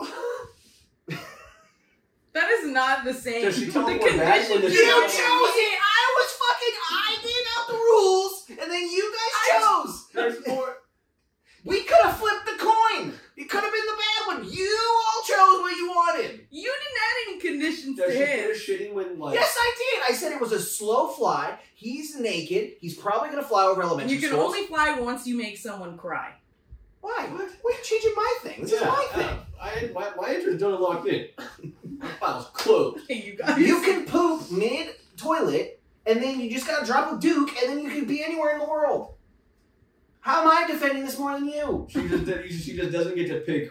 S2: That is not the same.
S5: Does she
S2: The
S5: teleport back when
S2: condition-
S5: the-
S3: you chose it. I was fucking. I did out the rules, and then you guys chose.
S5: There's more.
S3: We could have flipped the coin. It could have been the bad one. You all chose what you wanted.
S2: You didn't add any conditions to
S5: Does she
S2: his.
S5: finish shitting when like?
S3: Yes, I did. I said it was a slow fly. He's naked. He's probably gonna fly over elementary
S2: You can
S3: schools.
S2: only fly once you make someone cry.
S3: Why? What? Why are you changing my thing? This is my thing.
S5: uh, I, my, my entrance don't unlock in. My file's closed.
S2: Okay, you guys.
S3: You can poop mid toilet, and then you just gotta drop a duke, and then you can be anywhere in the world. How am I defending this more than you?
S5: She just did- she just doesn't get to pick.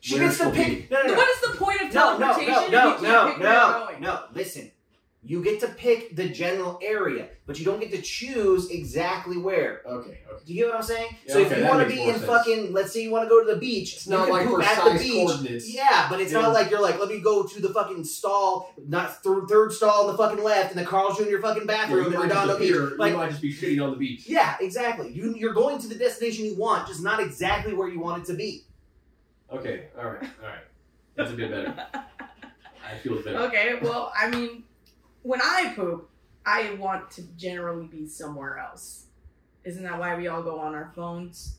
S3: She
S5: Where
S3: gets to
S5: she'll
S3: pick. No, no,
S2: What is the point of
S3: no, no, no,
S2: teleportation
S3: no,
S2: if you can't
S3: no, no,
S2: pick where you're
S3: no,
S2: going?
S3: no. Listen, you get to pick the general area, but you don't get to choose exactly where.
S5: Okay. Okay.
S3: Do you get what I'm saying?
S5: Yeah,
S3: so if
S5: okay,
S3: you
S5: that
S3: want to
S5: makes
S3: be
S5: more
S3: in
S5: sense.
S3: fucking, let's say you want to go to the beach,
S5: It's
S3: you
S5: not
S3: can
S5: like
S3: poop at the
S5: precise
S3: beach.
S5: coordinates.
S3: Yeah, but it's
S5: Yeah.
S3: not like you're like, let me go to the fucking stall, not th- third stall on the fucking left, and the Carl's Jr. fucking bathroom
S5: you
S3: and
S5: might just
S3: Redondo Beach.
S5: appear- you
S3: Like,
S5: might just be shitting on the beach.
S3: yeah, exactly. You, you're going to the destination you want, just not exactly where you want it to be.
S5: Okay. All right. All right. That's a bit better. I feel better.
S2: Okay, well, I mean, when I poop, I want to generally be somewhere else. Isn't that why we all go on our phones?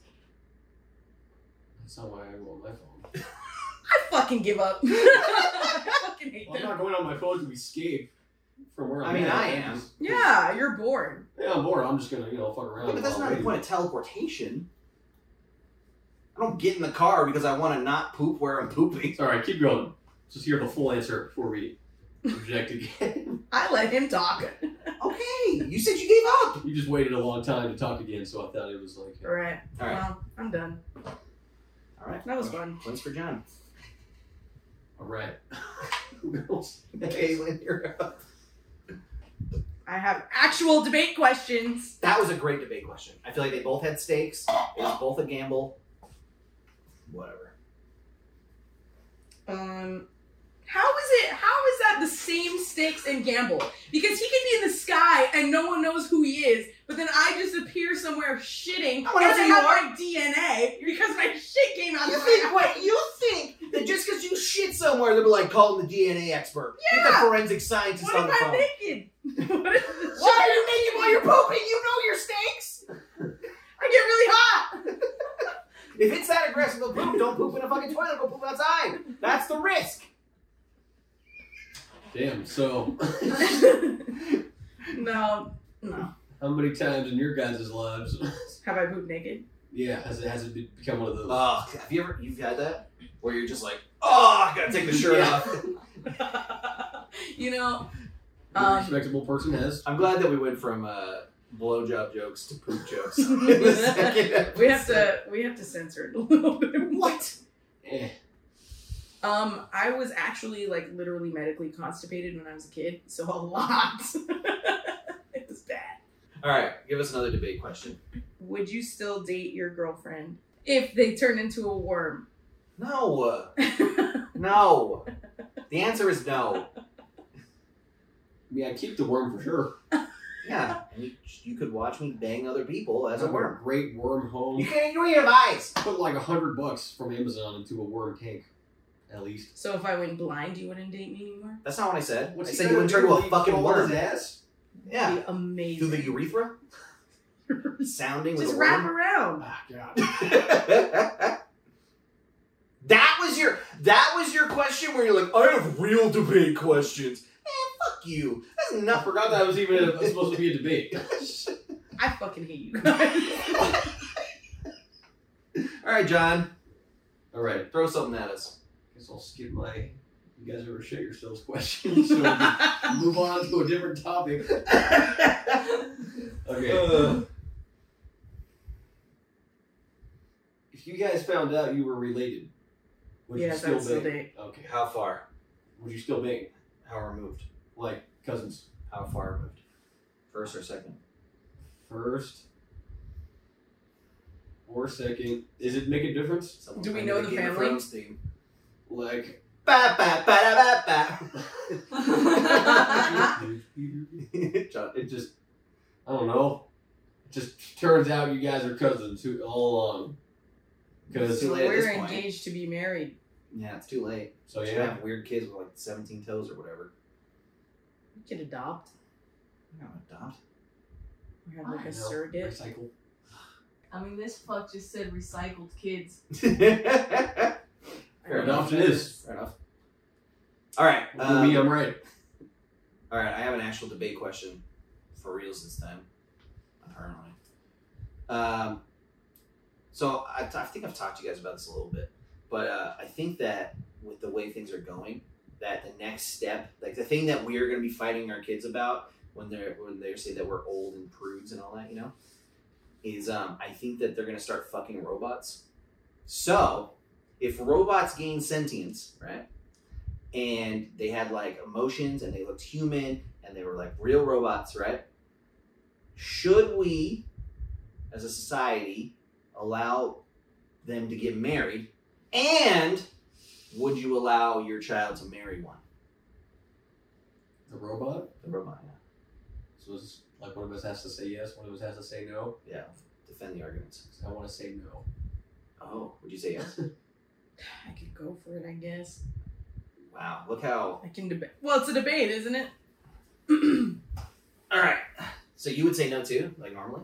S5: That's not why I roll my phone.
S2: I fucking give up. I fucking hate
S5: I'm
S2: that.
S5: not going on my phone to escape from where
S3: I
S5: I'm
S3: mean,
S5: at.
S3: I
S5: I'm
S3: am.
S5: just-
S2: Yeah, you're bored.
S5: Yeah, I'm bored. I'm just gonna you know fuck around.
S3: Yeah, but that's
S5: while
S3: not the
S5: I'm
S3: point of teleportation. I don't get in the car because I want to not poop where I'm pooping.
S5: waiting. All right, keep going. Just hear the full answer before we object again.
S2: I let him talk.
S3: Okay, you said you gave up.
S5: you just waited a long time to talk again, so I thought it was like.
S2: All right.
S3: All right,
S2: Well, I'm done.
S3: all right.
S2: That was fun.
S3: Points for John.
S5: All right. Who else?
S3: Caitlin, you're up.
S2: I have actual debate questions.
S3: That was a great debate question. I feel like they both had stakes. It was both a gamble. Whatever.
S2: Um, how is it? How is that the same stakes and gamble? Because he can be in the sky and no one knows who he is, but then I just appear somewhere shitting and
S3: No one knows
S2: I
S3: who you
S2: have my DNA because my shit came out.
S3: You
S2: of
S3: think
S2: my
S3: what? You think that just because you shit somewhere, they'll be like calling the DNA expert, get the
S2: Yeah.
S3: forensic scientist
S2: What
S3: on
S2: am
S3: the phone.
S2: I naked? what is this
S3: Why are
S2: shit?
S3: you naked while you're pooping? You know your stakes.
S2: I get really hot.
S3: If it's that aggressive to poop, don't poop in a fucking toilet. Go poop outside. That's the risk.
S5: Damn. So,
S2: no, no.
S5: how many times in your guys' lives?
S2: Have I pooped naked?
S5: yeah, has it has it be- become one of those?
S3: Uh, have you ever you've had that where you're just like, oh, I gotta take the shirt
S5: Yeah.
S3: off.
S2: you know,
S5: Every
S2: um,
S5: respectable person has.
S3: I'm glad that we went from uh, blowjob jokes to poop jokes. in the second
S2: we have
S3: episode.
S2: to we have to censor it a little bit.
S3: What?
S5: Eh.
S2: Um, I was actually like literally medically constipated when I was a kid, so a lot. it was bad.
S3: All right, give us another debate question.
S2: Would you still date your girlfriend if they turn into a worm?
S3: No, uh, no. The answer is no.
S5: I mean, I keep the worm for sure.
S3: Yeah, and you, you could watch me bang other people as a worm.
S5: Great worm home.
S3: You can't do it, you have eyes.
S5: put like a hundred bucks from Amazon into a worm tank, at least.
S2: so if I went blind, you wouldn't date me anymore?
S3: That's not what I said.
S5: What's
S3: I
S5: he
S3: said you
S5: gonna
S3: would
S5: do?
S3: turn into a
S5: Leave
S3: fucking
S5: all His
S3: worm.
S5: ass?
S3: Yeah,
S2: That'd be amazing.
S3: through the urethra, sounding with
S2: Just
S3: a
S2: wrap
S3: worm.
S2: around.
S5: Ah, God.
S3: that was your that was your question where you're like, I have real debate questions. Man, fuck you. That's
S5: I
S3: not
S5: forgot that was even a, was supposed to be a debate.
S2: I fucking hate you guys.
S3: All right, John,
S5: All right,
S3: throw something at us.
S5: guess I'll skip my. You guys ever shit yourselves questions? So we can move on to a different topic. Okay. If you guys found out you were related, would you
S2: yes, I
S5: still
S2: would still
S5: bang?
S2: date.
S5: Okay.
S3: How far?
S5: Would you still bang?
S3: How removed?
S5: Like cousins
S3: How far removed? First or second?
S5: first or second? Does it make a difference?
S3: Someone
S2: Do we
S3: playing
S2: know the
S3: Game of
S2: family?
S3: Thrones theme.
S5: Like
S3: Ba ba ba da ba
S5: it
S3: ba. John,
S5: just, I don't know. It just turns out you guys are cousins who all along. Because
S3: Too late at
S2: We're
S3: this point.
S2: engaged to be married.
S3: Yeah, it's too late.
S5: so
S3: She's gonna
S5: Oh, yeah,
S3: have weird kids with like seventeen toes or whatever.
S2: We could adopt
S3: I'm gonna adopt.
S2: or have like
S4: Fine.
S2: a
S5: you know,
S2: surrogate.
S5: recycle.
S4: I mean, this fuck just said recycled kids.
S3: Fair
S5: Fair
S3: enough.
S5: enough, it is.
S3: Fair enough. All right.
S5: For
S3: um,
S5: me, I'm right.
S3: All right, I have an actual debate question for reals this time, apparently. Um, so I, I think I've talked to you guys about this a little bit, but uh, I think that with the way things are going, that the next step, like the thing that we're going to be fighting our kids about when they're when they say that we're old and prudes and all that, you know, is um, I think that they're going to start fucking robots. So if robots gain sentience, right? and they had like emotions and they looked human and they were like real robots, right? Should we, as a society, allow them to get married? And would you allow your child to marry one?
S5: The robot.
S3: The robot,
S5: So it's like one of us has to say yes, one of us has to say no.
S3: yeah. Yeah. Defend the arguments.
S5: I want to say no.
S3: Oh, would you say yes?
S2: I could go for it, I guess.
S3: wow, look how.
S2: I can debate. Well, it's a debate, isn't it?
S3: All right. So you would say no too, like normally?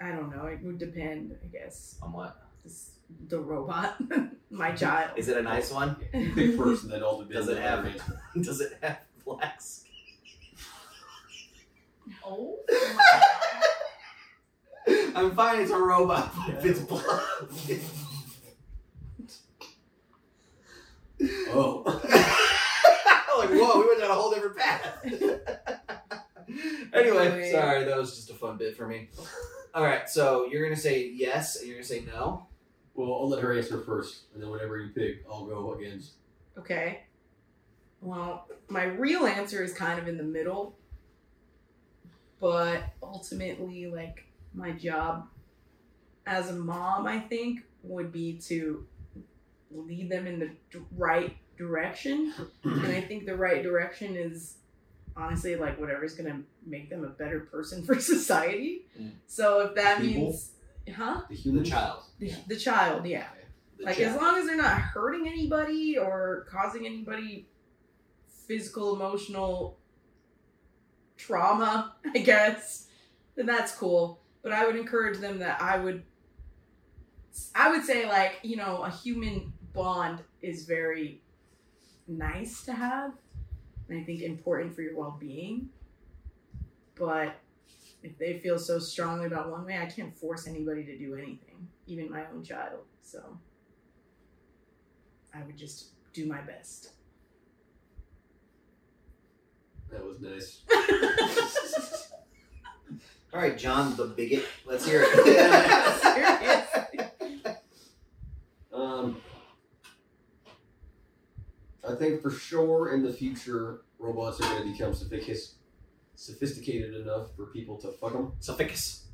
S2: I don't know. It would depend, I guess.
S3: On what?
S2: This, the robot, my child.
S3: Is it a nice one?
S5: Yeah, you pick first, and then all the
S3: Does it
S5: business
S3: have- Does it have black skin?
S4: Oh my god.
S3: I'm fine, it's a robot, but if it's black.
S5: Oh,
S3: like, whoa, we went down a whole different path. anyway,
S2: Anyway.
S3: sorry, that was just a fun bit for me. All right, so you're gonna say yes and you're gonna say no.
S5: well, I'll let her answer first, and then whatever you pick, I'll go against.
S2: Okay. Well, my real answer is kind of in the middle. But ultimately, like, my job as a mom, I think, would be to lead them in the d- right direction. and I think the right direction is honestly like whatever's going to make them a better person for society.
S3: Mm.
S2: So if that
S5: People?
S2: means, huh?
S5: The human
S3: Mm-hmm.
S2: The, the child, yeah
S3: The
S2: like
S3: child.
S2: as long as they're not hurting anybody or causing anybody physical emotional trauma i guess then that's cool but i would encourage them that i would i would say like you know a human bond is very nice to have and i think important for your well-being but if they feel so strongly about one way i can't force anybody to do anything even my own child so I would just do my best.
S5: That was nice.
S3: All right, John the bigot. Let's hear it.
S5: Um, I think for sure in the future, robots are going to become sophistic- sophisticated enough for people to fuck them.
S3: Suffix.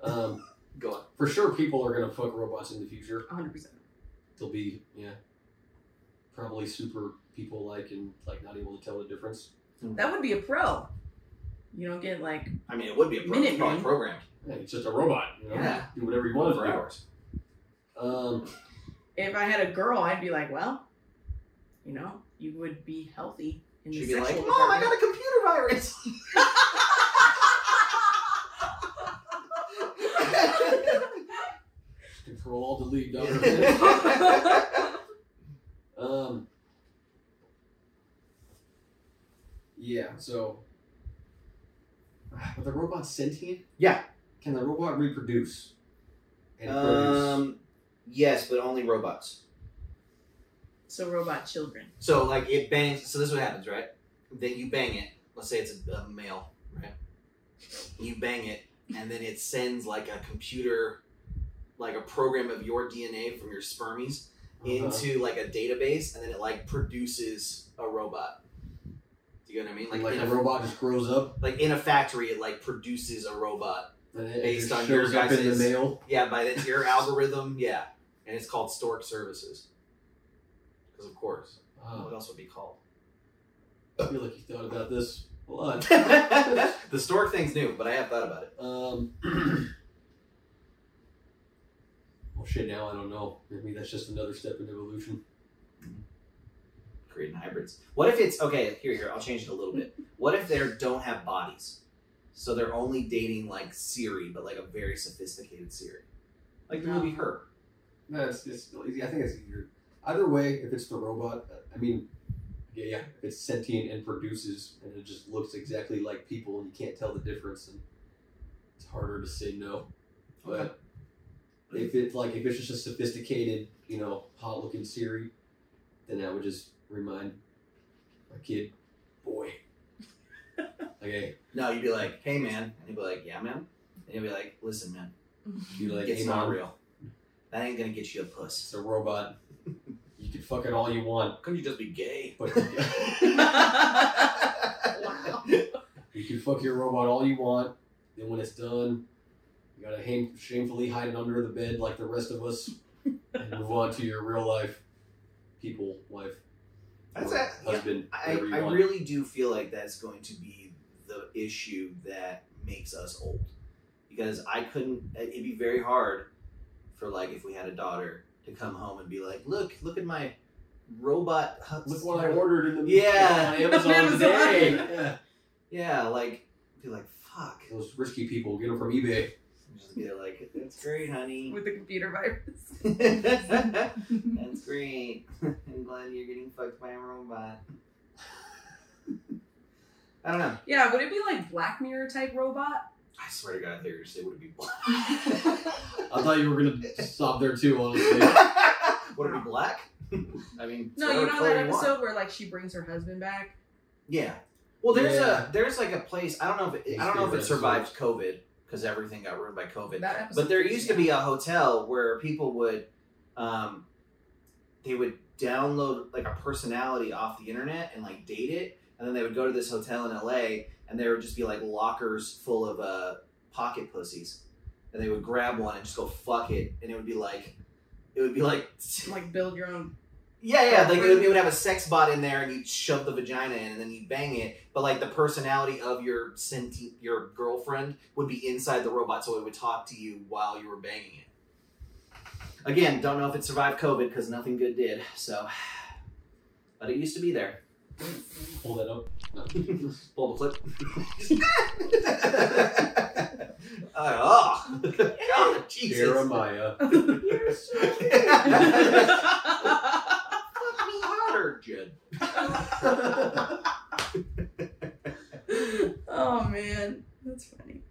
S5: Um,
S3: Go on.
S5: for sure, people are going to fuck robots in the future.
S2: 100%.
S5: They'll be, yeah, probably super people like and like not able to tell the difference.
S2: That would be a pro. You don't get like,
S3: I mean, it would be a pro-
S2: Minute
S3: probably
S2: Man.
S3: programmed.
S5: Yeah, it's just a robot. You know?
S3: Yeah.
S5: do whatever you want
S3: For
S5: to do.
S3: hours.
S5: Um,
S2: if I had a girl, I'd be like, well, you know, you would be healthy in the
S3: She'd be like,
S2: sexual
S3: Mom, I
S2: department."
S3: got a computer virus.
S5: control all delete. Daughter.
S3: Yeah.
S5: Um. Yeah. So, are the robots sentient?
S3: Yeah.
S5: Can the robot reproduce? And
S3: um, yes, but only robots.
S2: So robot children.
S3: So like it bangs. So this is what happens, right? Then you bang it. Let's say it's a, a male, right? You bang it, and then it sends like a computer, like a program of your DNA from your spermies
S5: produce? uh,
S3: into like a database, and then it like produces a robot. Do you know what I mean?
S5: Uh-huh. like
S3: in
S5: the robot just grows up
S3: like in a factory, it like produces a robot.
S5: and it
S3: Based
S5: it
S3: on
S5: just
S3: your
S5: shows up in the
S3: guys's-
S5: mail.
S3: Yeah, by the, your algorithm, yeah, and it's called Stork Services. Because of course,
S5: Wow,
S3: what else would it be called?
S5: Oh, I feel like you thought about this a lot.
S3: the stork thing's new, but I have thought about it.
S5: Um, Well, shit, now I don't know. Maybe that's just another step in evolution.
S3: creating hybrids. What if it's okay? Here, here. I'll change it a little bit. What if they don't have bodies, so they're only dating like Siri, but like a very sophisticated Siri, like the movie Her.
S5: No, it's just. I think it's either either way. If it's the robot, I mean, yeah, yeah. If it's sentient and produces, and it just looks exactly like people, and you can't tell the difference, and it's harder to say no. But if it like if it's just a sophisticated, you know, hot looking Siri, then that would just remind my kid, boy. okay,
S3: No, you'd be like, "Hey, man," and he'd be like, "Yeah, man," and you'd be like, "Listen, man,
S5: you like
S3: it's
S5: hey,
S3: not
S5: mom,
S3: real. That ain't gonna get you a
S5: It's
S3: puss.
S5: a robot. You can fuck it all you want,
S3: Couldn't you just be gay?"
S5: but.
S2: Wow.
S5: You can fuck your robot all you want, then when it's done, you gotta hang, shamefully hide it under the bed like the rest of us, and move on to your real life, people, wife,
S3: That's
S5: or
S3: it, yeah.
S5: husband,
S3: I,
S5: whatever you
S3: I
S5: want.
S3: really do feel like that's going to be the issue that makes us old because I couldn't uh, it'd be very hard for like if we had a daughter to come home and be like look look at my robot hus-
S5: Look what I ordered in the
S3: Yeah.
S5: on Amazon,
S2: Amazon.
S5: today. Yeah.
S3: yeah like be like fuck
S5: Those risky people get them from eBay.
S3: And just be like that's great honey
S2: With the computer virus.
S3: that's great I'm glad you're getting fucked by a robot I don't know
S2: Yeah, would it be like Black Mirror type robot?
S3: I swear to God they're gonna say would it be black
S5: I thought you were gonna stop there too, honestly.
S3: would it be black? I mean, it's
S2: No, you
S3: whatever
S2: know
S3: color
S2: that
S3: you want.
S2: episode where like she brings her husband back?
S3: Yeah. Well, there's
S5: Yeah.
S3: a there's like a place. I don't know if it, I don't know if it
S5: Experience.
S3: survives COVID because everything got ruined by COVID.
S2: That episode
S3: But there
S2: freaks
S3: used
S2: me
S3: to be a hotel where people would, um, they would download like a personality off the internet and like date it, and then they would go to this hotel in LA, and there would just be like lockers full of uh, pocket pussies, and they would grab one and just go fuck it, and it would be like, it would be like,
S2: out. Like build your own
S3: yeah, yeah, like it would, it would have a sex bot in there, and you'd shove the vagina in, and then you'd bang it. But like the personality of your senti- your girlfriend would be inside the robot, so it would talk to you while you were banging it. Again, don't know if it survived COVID because nothing good did. So, but it used to be there.
S5: Pull that up. No.
S3: Pull the clip. Uh, oh, God, Jesus.
S5: Jeremiah.
S3: Fuck me harder, Jud.
S2: oh man, that's funny.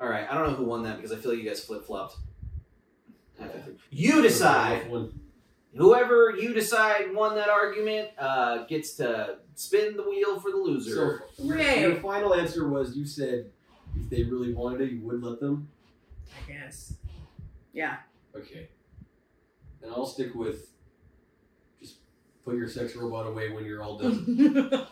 S3: All right, I don't know who won that because I feel you guys flip flopped. You decide.
S5: One.
S3: Whoever you decide won that argument uh, gets to spin the wheel for the
S5: So,
S3: loser.
S5: Your
S2: Ray,
S5: final answer was you said if they really wanted it, you would let them.
S2: I guess. Yeah.
S5: Okay. And I'll stick with just put your sex robot away when you're all done.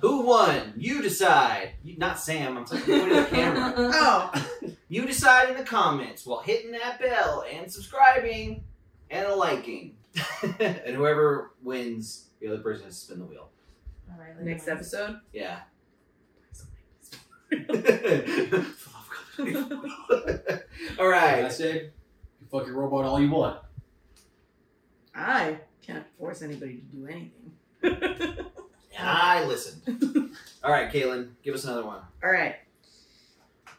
S3: Who won? You decide. You, not Sam. I'm talking to the camera.
S2: oh,
S3: You decide in the comments while hitting that bell and subscribing and a liking. and whoever wins, the other person has to spin the wheel.
S4: Alright,
S2: next
S4: later.
S2: episode.
S3: Yeah. All
S5: And I
S3: right.
S5: said, you fuck your robot all you want.
S2: I can't force anybody to do anything.
S3: And I listened. All right, Kaylin, give us another one.
S2: All right.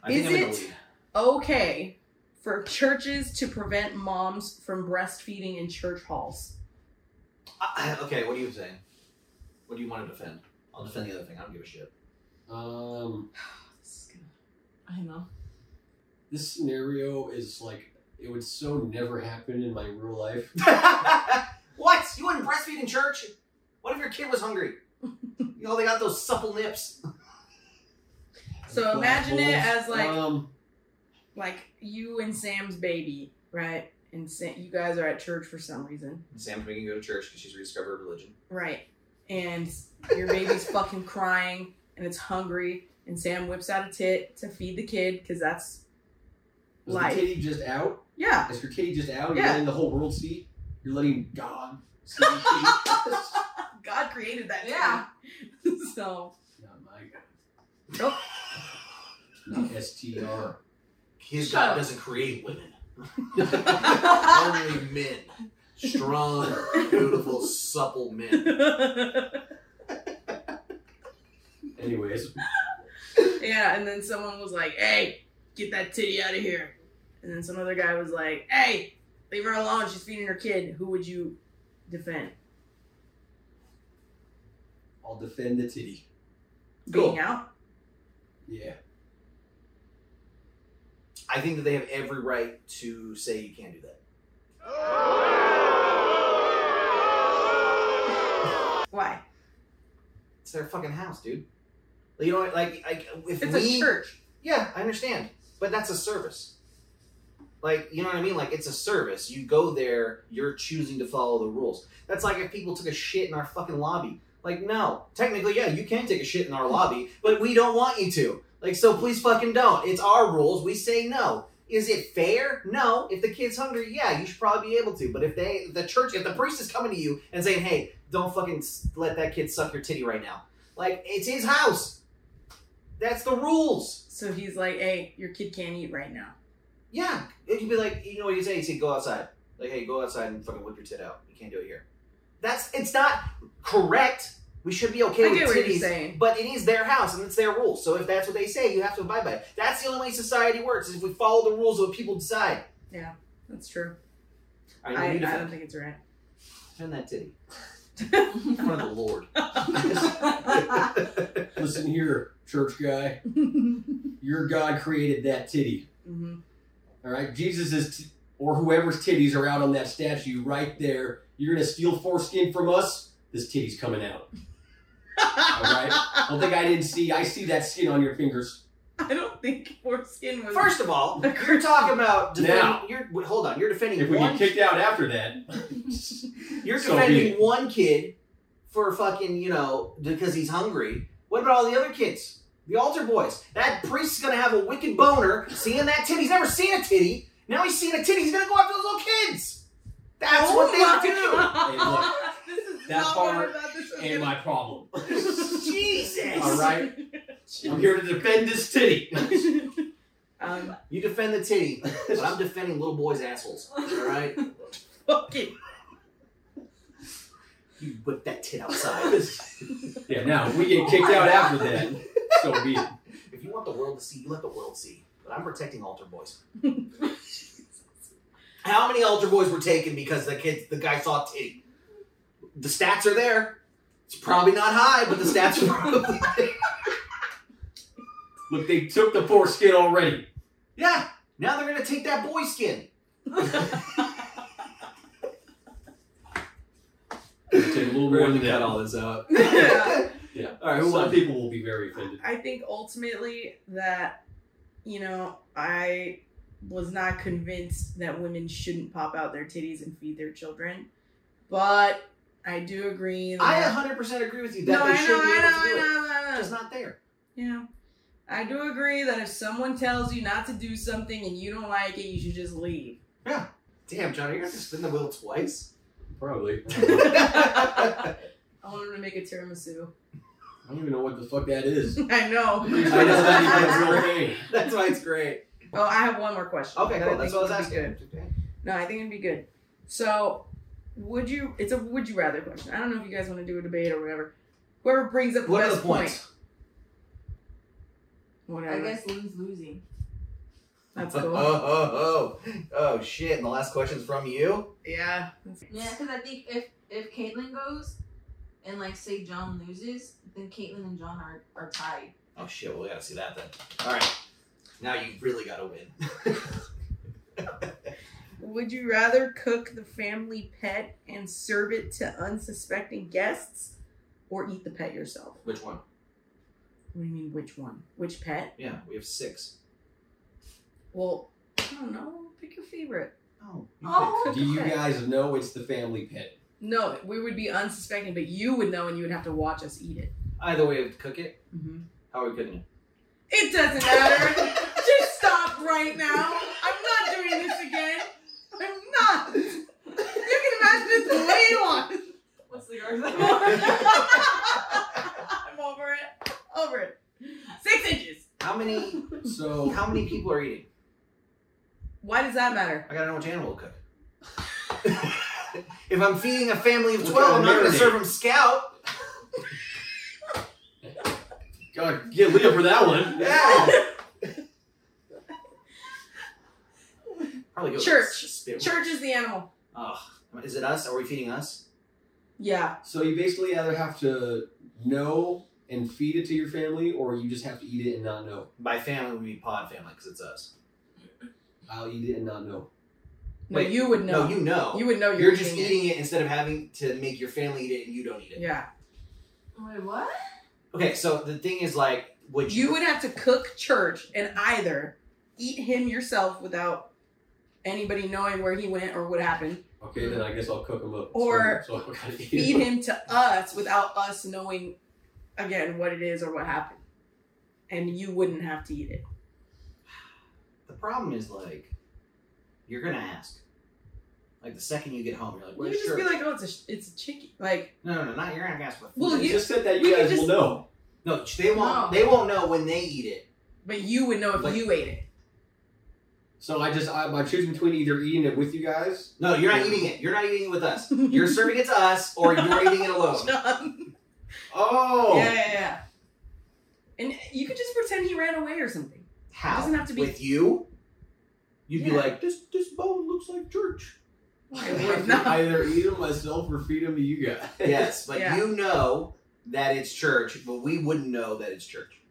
S3: I think
S2: Is
S3: I'm in the
S2: it-
S3: lead.
S2: Okay for churches to prevent moms from breastfeeding in church halls.
S3: I- I- Uh, okay, what are you saying? What do you want to defend? I'll defend the other thing. I don't give a shit.
S5: Um,
S2: This is gonna-
S4: I know.
S5: this scenario is like it would so never happen in my real life.
S3: what? You wouldn't breastfeed in church? What if your kid was hungry? You know, they got those supple nips.
S2: So imagine it as like-
S5: um,
S2: Like you and Sam's baby, right? And Sam, you guys are at church for some reason.
S3: Sam's making go to church because she's rediscovered religion.
S2: Right. And your baby's fucking crying and it's hungry. And Sam whips out a tit to feed the kid because that's,
S5: was
S2: life.
S5: the kitty just out?
S2: yeah.
S5: Is your kitty just out? You're
S2: Yeah.
S5: letting the whole world see. You're letting God see. your kitty?
S2: God created that.
S4: Yeah.
S2: too. so,
S5: Not my God.
S2: Nope.
S5: Not STR.
S3: His
S4: Shut
S3: God
S4: up.
S3: doesn't create women. Only men. Strong, beautiful, supple men.
S5: Anyways,
S2: yeah, and then someone was like, "Hey, get that titty out of here," and then some other guy was like, "Hey, leave her alone. She's feeding her kid. Who would you defend
S5: I'll defend the titty.
S2: being
S3: Cool.
S2: out?"
S5: Yeah.
S3: I think that they have every right to say you can't do that.
S2: Why?
S3: It's their fucking house, dude. You know, what, like, like if
S2: It's
S3: we,
S2: a church.
S3: yeah, I understand, but that's a service. Like, you know what I mean? Like, it's a service. You go there, you're choosing to follow the rules. That's like if people took a shit in our fucking lobby. Like, no, technically, yeah, you can take a shit in our lobby, but we don't want you to. Like, so please fucking don't. It's our rules. We say no. Is it fair? No. If the kid's hungry, yeah, you should probably be able to. But if they, the church, if the priest is coming to you and saying, hey, don't fucking s- let that kid suck your titty right now. Like, it's his house. That's the rules.
S2: So he's like, "Hey, your kid can't eat right now."
S3: Yeah, it could be like you know what you say. You say go outside. Like hey, go outside and fucking whip your tit out. You can't do it here. That's it's not correct. We should be okay
S2: I
S3: with
S2: get what
S3: titties,
S2: you're saying.
S3: but it is their house and it's their rules. So if that's what they say, you have to abide by it. That's the only way society works is if we follow the rules of what people decide.
S2: That's true.
S3: I
S2: I,
S3: know
S2: I
S3: you
S2: don't
S3: defend
S2: think it's right.
S3: defend that titty in front of the Lord.
S5: Listen here, church guy.
S2: Mm-hmm.
S5: Your God created that titty.
S2: hmm
S5: All right, Jesus's t- or whoever's titties are out on that statue right there. You're gonna steal foreskin from us. This titty's coming out. All right. I don't think I didn't see. I see that skin on your fingers.
S2: I don't think foreskin was.
S3: First of all,
S2: The
S3: you're talking about defending.
S5: Now.
S3: You're wait, hold on. You're defending
S5: If we
S3: one.
S5: get kicked out after that,
S3: You're
S5: So
S3: defending
S5: be
S3: one kid for fucking, you know, because he's hungry. What about all the other kids? The altar boys. That priest is gonna have a wicked boner seeing that titty. He's never seen a titty. Now he's seen a titty. He's gonna go after those little kids. That's
S2: Oh
S3: what
S2: my
S3: they do.
S2: God. this is
S5: that
S2: not
S5: part
S2: what I thought this was
S5: ain't
S2: gonna
S5: my problem.
S3: Jesus.
S5: All right. I'm here to defend this titty.
S2: um,
S3: You defend the titty, but I'm defending little boys' assholes. All right.
S2: fucking
S3: You whip that tit outside.
S5: yeah. Now if we get kicked out after that, so be it.
S3: If you want the world to see, you let the world see. But I'm protecting altar boys. How many altar boys were taken because the kids, the guy saw titty? The stats are there. It's probably not high, but the stats are probably there.
S5: Look, they took the foreskin already.
S3: Yeah. Now they're gonna take that boy skin.
S5: It'll take a little more than that.
S3: this out.
S5: Yeah.
S3: All right, who
S5: Some
S3: won?
S5: people will be very offended.
S2: I think ultimately that, you know, I was not convinced that women shouldn't pop out their titties and feed their children, but I do agree. That,
S3: I 100 percent agree with you that
S2: no, I
S3: they
S2: know,
S3: should be
S2: I
S3: able
S2: know,
S3: to do it.
S2: I know, I
S3: It's
S2: know.
S3: not there.
S2: Yeah, I do agree that if someone tells you not to do something and you don't like it, you should just leave.
S3: Damn, Johnny, you're gonna have to spin the wheel twice.
S5: Probably. I
S2: I wanted to make a tiramisu.
S5: don't even know what the fuck that is.
S2: I know.
S5: I just thought you real name.
S3: That's why it's great.
S2: Oh, I have one more question.
S3: Okay,
S2: that I
S3: cool. That's
S2: think
S3: what I was
S2: would be good.
S3: asking.
S2: No, I think it'd be good. So, would you? It's a would you rather question. I don't know if you guys want to do a debate or whatever. Whoever brings up
S3: What
S2: the
S3: are
S2: best
S3: the points?
S2: point.
S4: I
S2: Whatever.
S4: guess lose losing.
S2: That's
S3: Oh,
S2: cool.
S3: oh, oh, oh, shit! And the last question's from you.
S2: Yeah.
S4: Yeah, because I think if if Caitlyn goes and like say John loses, then Caitlyn and John are, are tied.
S3: Oh shit! Well, we gotta see that then. All right, now you really gotta win.
S2: Would you rather cook the family pet and serve it to unsuspecting guests, or eat the pet yourself?
S3: Which one?
S2: What do you mean? Which one? Which pet?
S3: Yeah, we have six.
S2: Well, I don't know. Pick your favorite.
S3: Oh.
S4: Oh,
S5: Do you guys know it's the family pet?
S2: No, we would be unsuspecting, but you would know, and you would have to watch us eat it.
S3: Either way, we have to cook it.
S2: Mm-hmm.
S3: How are we cooking it?
S2: It doesn't matter. Just stop right now. I'm not doing this again. I'm not. You can imagine it the way you want.
S4: What's the guard's
S2: I'm over it. Over it. Six inches.
S3: How many?
S5: So
S3: How many people are eating?
S2: Why does that matter?
S3: I gotta know which animal to cook. if I'm feeding a family of twelve, I'm not gonna serve them scout.
S5: God, get Leah for that one.
S3: Yeah. Probably go with
S2: Church.
S3: spit.
S2: Church is the animal.
S3: Ugh. Is it us? Are we feeding us?
S2: Yeah.
S5: So you basically either have to know and feed it to your family, or you just have to eat it and not know.
S3: By family would be pod family because it's us.
S5: I'll eat it and not know.
S2: No,
S3: Wait,
S2: you would know.
S3: No, you know.
S2: would know
S3: You're just eating it instead of having to make your family eat it and you don't eat it.
S2: Yeah.
S4: Wait, what?
S3: Okay, so the thing is like, would you,
S2: You would have to cook church and either eat him yourself without anybody knowing where he went or what happened,
S5: Okay, then I guess I'll cook them up.
S2: Or
S5: so I gotta eat
S2: feed
S5: 'em.
S2: him to us without us knowing again what it is or what happened. And you wouldn't have to eat it.
S3: The problem is like, you're gonna ask. Like the second you get home, you're like,
S2: You
S3: "Where's
S2: just
S3: church?"
S2: be like, oh, it's a sh- it's a chicken. Like,
S3: no, no, no, not you're not gonna ask for. food.
S2: well,
S5: You
S2: you
S5: just said that
S2: we
S5: you
S2: could
S5: guys will
S2: just-
S5: know.
S3: no, they won't.
S4: No.
S3: They won't know when they eat it.
S2: but you would know if
S3: Like-
S2: you ate it.
S5: So I just I, I choose between either eating it with you guys.
S3: No, you're not eating it. You're not eating it with us. You're serving it to us, or you're eating it alone.
S2: John.
S5: Oh,
S2: Yeah, yeah, yeah. And you could just pretend he ran away or something.
S3: How?
S2: doesn't have to be-
S3: with you. You'd be
S2: Yeah.
S3: like, this this bone looks like church.
S2: Why
S5: I
S2: would
S5: have
S2: not?
S5: to either eat them myself or feed them to you guys.
S3: Yes, but
S2: Yeah.
S3: you know that it's church, but we wouldn't know that it's church.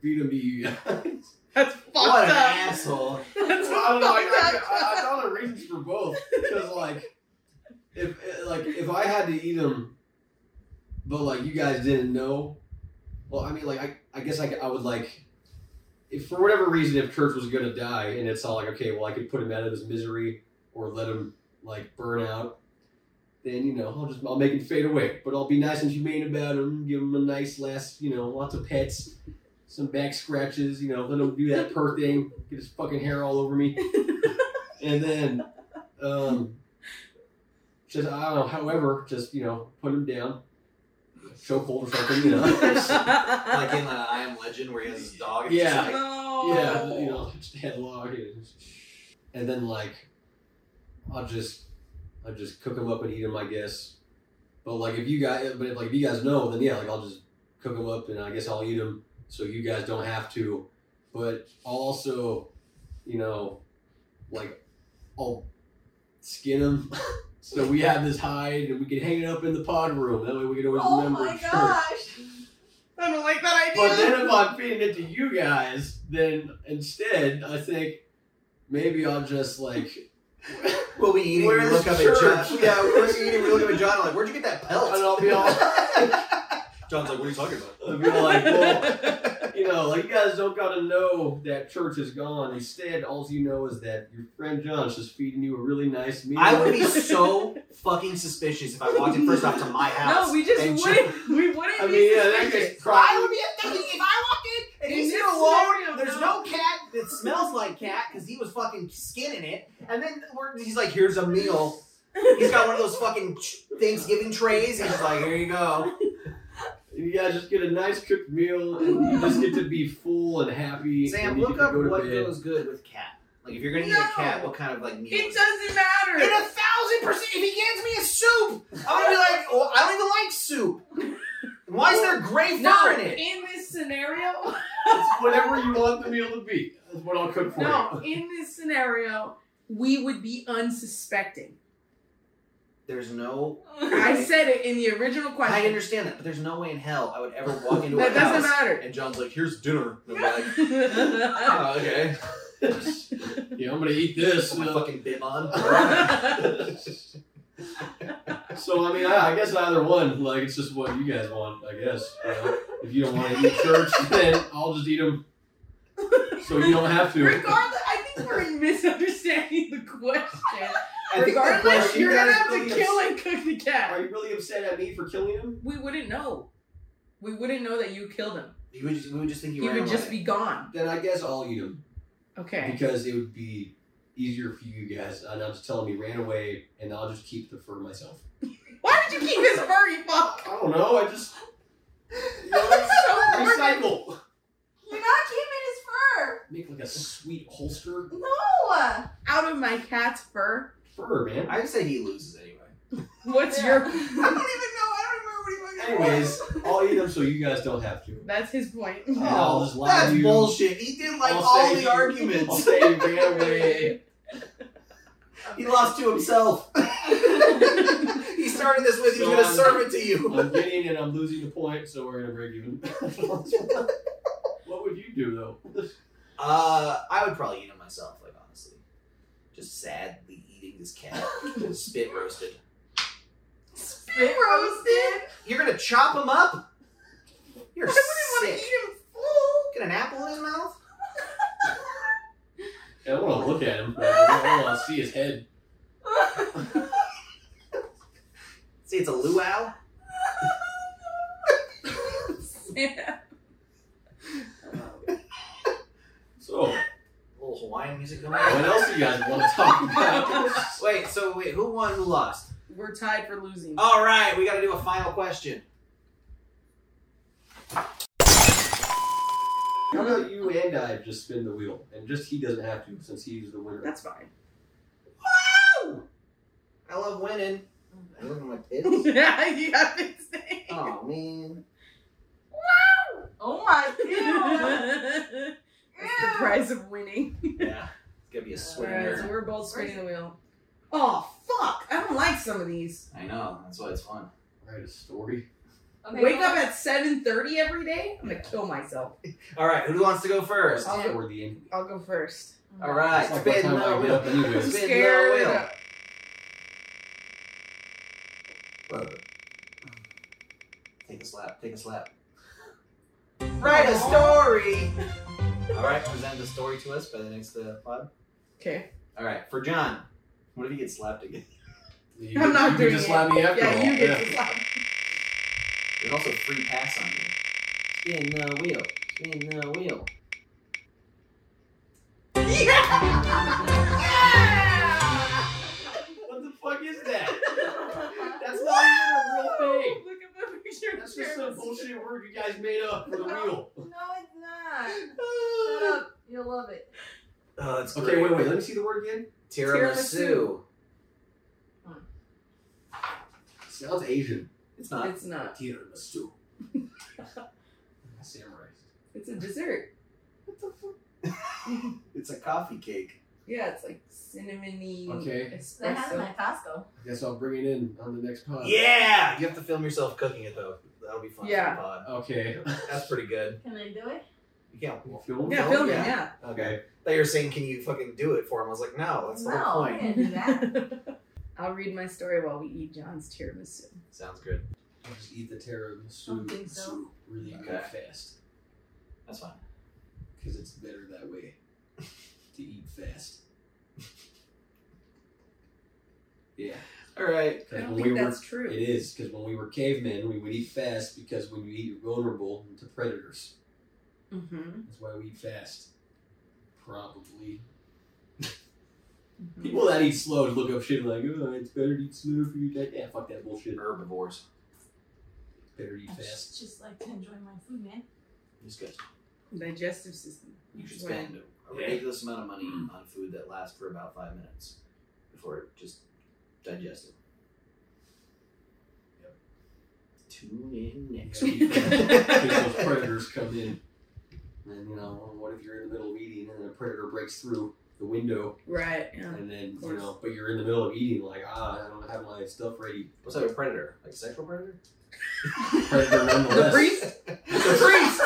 S5: feed them to you guys.
S2: That's fucked
S3: what an
S2: up.
S3: asshole.
S2: That's
S5: I don't know. Like,
S2: fucked
S5: I,
S2: up.
S5: I, I found the reasons for both because, like, if like if I had to eat them, but like you guys didn't know. Well, I mean, like I, I guess I, c- I would like, if for whatever reason, if Church was gonna die, and it's all like, okay, well, I could put him out of his misery or let him like burn out. Then you know, I'll just I'll make him fade away, but I'll be nice and humane about him. Give him a nice last, you know, lots of pets, some back scratches, you know, let him do that purr thing, get his fucking hair all over me, and then, um, just I don't know. However, just you know, put him down, chokehold or something, you know.
S3: like in uh, I Am Legend, where he has his dog. And
S5: Yeah.
S3: He's like,
S2: no.
S5: Yeah, you know, just headlock and, and then like, I'll just, I'll just cook them up and eat them, I guess. But like, if you guys, but if, like if you guys know, then yeah, like I'll just cook them up and I guess I'll eat them, so you guys don't have to. But I'll also, you know, like, I'll skin them. So we have this hide, and we can hang it up in the pod room. That way, we can always
S4: Oh
S5: remember.
S4: my
S5: it's church.
S4: gosh.
S2: I don't like that idea.
S5: But then if I'm feeding it to you guys, then instead I think maybe I'll just like
S3: We'll be eating.
S5: Where's
S3: we look up at
S5: church?
S3: John. Yeah, we're eating. We look up at John. Like, where'd you get that pelt?
S5: And I'll be all-
S3: John's like, what are you talking about?
S5: I'll be like, well, you know, like you guys don't gotta know that church is gone. Instead, all you know is that your friend John's just feeding you a really nice meal.
S3: I would be so fucking suspicious if I walked in first off to my house.
S2: no, we just
S3: and John-
S2: wouldn't. We wouldn't
S5: I
S2: be
S5: mean, yeah, that
S2: suspicious.
S5: guy's probably.
S3: I would be thinking if I walk in and
S2: In
S3: he's
S2: this
S3: here alone.
S2: scenario,
S3: There's no
S2: no.
S3: cat that smells like cat because he was fucking skinning it. And then we're, he's like, "Here's a meal." He's got one of those fucking Thanksgiving trays. He's just like, "Here you go."
S5: You guys just get a nice cooked meal, and you just get to be full and happy.
S3: Sam,
S5: and you
S3: look
S5: get to
S3: up
S5: go to
S3: what
S5: bed.
S3: goes good with cat. Like, if you're gonna eat a cat,
S2: No.
S3: what kind of like meal?
S2: It
S3: is it?
S2: doesn't matter.
S3: In a thousand percent, if he hands me a soup, I'm gonna be like, oh, I don't even like soup. Why is there gray fur
S2: no,
S3: in it?
S2: this scenario,
S5: It's whatever you want the meal to be. That's what I'll cook for
S2: no,
S5: you.
S2: in this scenario, we would be unsuspecting.
S3: There's no.
S2: I said it in the original question.
S3: I understand that, but there's no way in hell I would ever walk into a
S2: That
S3: house
S2: doesn't matter.
S3: and John's like, "Here's dinner." And I'm like, "Oh, okay."
S5: yeah, I'm gonna eat this.
S3: Put my
S5: and I'll-
S3: fucking bib on.
S5: So I mean, I, I guess either one. Like it's just what you guys want, I guess. you know? if you don't want to eat church, then I'll just eat them. So you don't have to.
S2: Regardless, I think we're misunderstanding the question.
S3: I think the
S2: Regardless,
S3: question
S2: you're
S3: guys
S2: gonna have to
S3: really
S2: kill
S3: is-
S2: and cook the cat.
S5: Are you really upset at me for killing him?
S2: We wouldn't know. We wouldn't know that you killed him.
S3: You would just, we would just think you
S2: He
S3: ran
S2: would
S3: away.
S2: just be gone.
S5: Then I guess I'll eat him
S2: Okay.
S5: because it would be easier for you guys. And I'll just tell him he ran away, and I'll just keep the fur myself.
S2: Why did you keep his fur, you fuck?
S5: I don't know. I just you know,
S2: That's so morbid.
S5: recycle.
S4: You're not keeping his fur.
S5: make like a sweet holster
S4: No!
S2: Out of my cat's fur.
S5: for her, man.
S3: I'd say he loses anyway.
S2: What's
S3: I
S4: Yeah.
S3: don't even know. I don't remember what he fucking
S5: Anyways,
S3: was.
S5: I'll eat them so you guys don't have to.
S2: your? That's his point.
S3: Oh,
S5: And I'll just lie
S3: That's
S5: to you.
S3: bullshit. He did like
S5: I'll
S3: all
S5: say
S3: the
S5: you- I'll
S3: arguments.
S5: say you ran away.
S3: He lost to himself. he started this with he was
S5: So
S3: gonna
S5: I'm-
S3: serve it to you.
S5: I'm getting and I'm losing the point, so we're gonna break even. what would you do though?
S3: Uh, I would probably eat him myself, like honestly. Just sadly eating this cat. Spit roasted.
S4: Spit roasted?
S3: You're gonna chop him up? You're
S2: I wouldn't want to
S3: sick.
S2: eat him full.
S3: Get an apple in his mouth?
S5: I don't want to look at him. I don't want to see his head.
S3: See, it's a luau.
S5: So, what
S3: little Hawaiian music coming on.
S5: else do you guys want to talk about?
S3: Wait, so wait, who won? Who lost?
S2: We're tied for losing.
S3: All right, we got to do a final question.
S5: How about you and I just spin the wheel, and just he doesn't have to since he's the winner.
S2: That's fine.
S3: I love winning. Oh. I look at my tits.
S2: yeah, you have been saying.
S3: oh man.
S4: Oh my ew.
S2: That's the
S4: Ew.
S2: price of winning.
S3: Yeah, it's gonna be a
S2: Alright, so
S3: swinger.
S2: we're both spinning the wheel. Oh fuck! I don't like some of these.
S3: I know. That's why it's fun.
S5: Write a story.
S4: Okay,
S2: Wake
S4: go
S2: up
S4: on.
S2: at seven thirty every day. I'm gonna kill myself.
S3: All right, who wants to go first?
S2: I'll go-
S5: Or the end.
S2: I'll go first.
S3: All right,
S5: It's like what
S3: spin
S5: time
S3: the
S5: I get
S3: wheel.
S5: up anyways.
S3: Spin the
S2: Scared.
S3: wheel. Take a slap. Take a slap. Write a story. All right, present the story to us by the next uh, pod.
S2: Okay.
S3: All right, for John. What if he gets slapped again?
S5: You,
S2: I'm not
S5: you
S2: doing
S5: can just
S2: it.
S5: slap me after
S2: Yeah,
S5: all.
S2: you get to slap.
S3: There's also free pass on here. Spin the wheel. Spin the wheel.
S5: What the fuck is that? That's
S2: Look
S5: not even a real thing.
S2: up the picture. of
S5: That's just some
S2: Travis.
S5: bullshit word you guys made up for the wheel.
S4: No, it's not. Shut up. You'll love it.
S3: Oh, that's
S5: Okay, wait, wait. Let me see the word again.
S3: Tiramisu.
S2: Tiramisu.
S5: Sounds Asian.
S3: It's not.
S2: It's not.
S5: Tiramisu. Samurai.
S2: It's a dessert.
S3: What the fuck? it's a coffee cake.
S2: Yeah, it's like cinnamony
S5: Okay.
S4: They had them
S2: espresso.
S4: at Costco.
S5: I guess I'll bring it in on the next pod.
S3: Yeah, you have to film yourself cooking it though. That'll be fun. for the
S2: Yeah.
S3: pod.
S5: Okay.
S3: that's pretty good.
S4: Can I do it?
S3: You can't.
S5: Well, film.
S2: Yeah,
S3: Oh,
S2: film it.
S3: yeah.
S2: Yeah.
S5: Okay.
S3: They were saying, "Can you fucking do it for him?" I was like, "No, that's the whole
S4: No.
S3: point."
S4: Can't do
S2: I'll read my story while we eat John's tiramisu.
S3: Sounds good.
S5: I'll just eat the tiramisu
S4: Don't think so.
S5: soup really
S3: Okay.
S5: good fast
S3: That's fine.
S5: because it's better that way to eat fast. Yeah,
S3: All right.
S5: 'cause
S2: I don't
S5: when
S2: think
S5: we were
S2: that's true.
S5: it is because when we were cavemen, we would eat fast because when you eat, you're vulnerable to predators.
S2: Mm-hmm.
S5: That's why we eat fast. Probably.
S2: Mm-hmm.
S5: People that eat slow look up shit like, oh, it's better to eat slow for your diet. Yeah, fuck that bullshit.
S3: Herbivores.
S5: Better eat
S4: I
S5: fast.
S4: just, just like to enjoy my food, man.
S3: It's good.
S2: Digestive system.
S3: You should
S2: Well,
S3: spend a ridiculous amount of money on food that lasts for about five minutes before it just digests it. Yep. Tune in next
S5: You
S3: week.
S5: gotta eat fast because those predators come in. And you know, what if you're in the middle of eating and a predator breaks through the window
S2: Right. Yeah.
S5: and then you
S2: course.
S5: know, but you're in the middle of eating like, ah, I don't have my stuff ready.
S3: What's that? A predator? Like a sexual predator?
S5: Predator
S2: The
S5: nonetheless.
S2: priest. The priest.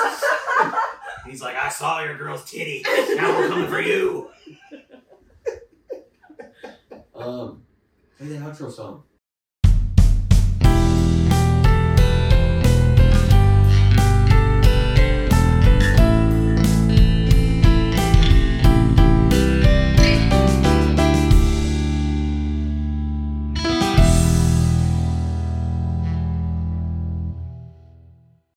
S3: He's like, I saw your girl's titty. Now we're coming for you.
S5: Um, play that outro song.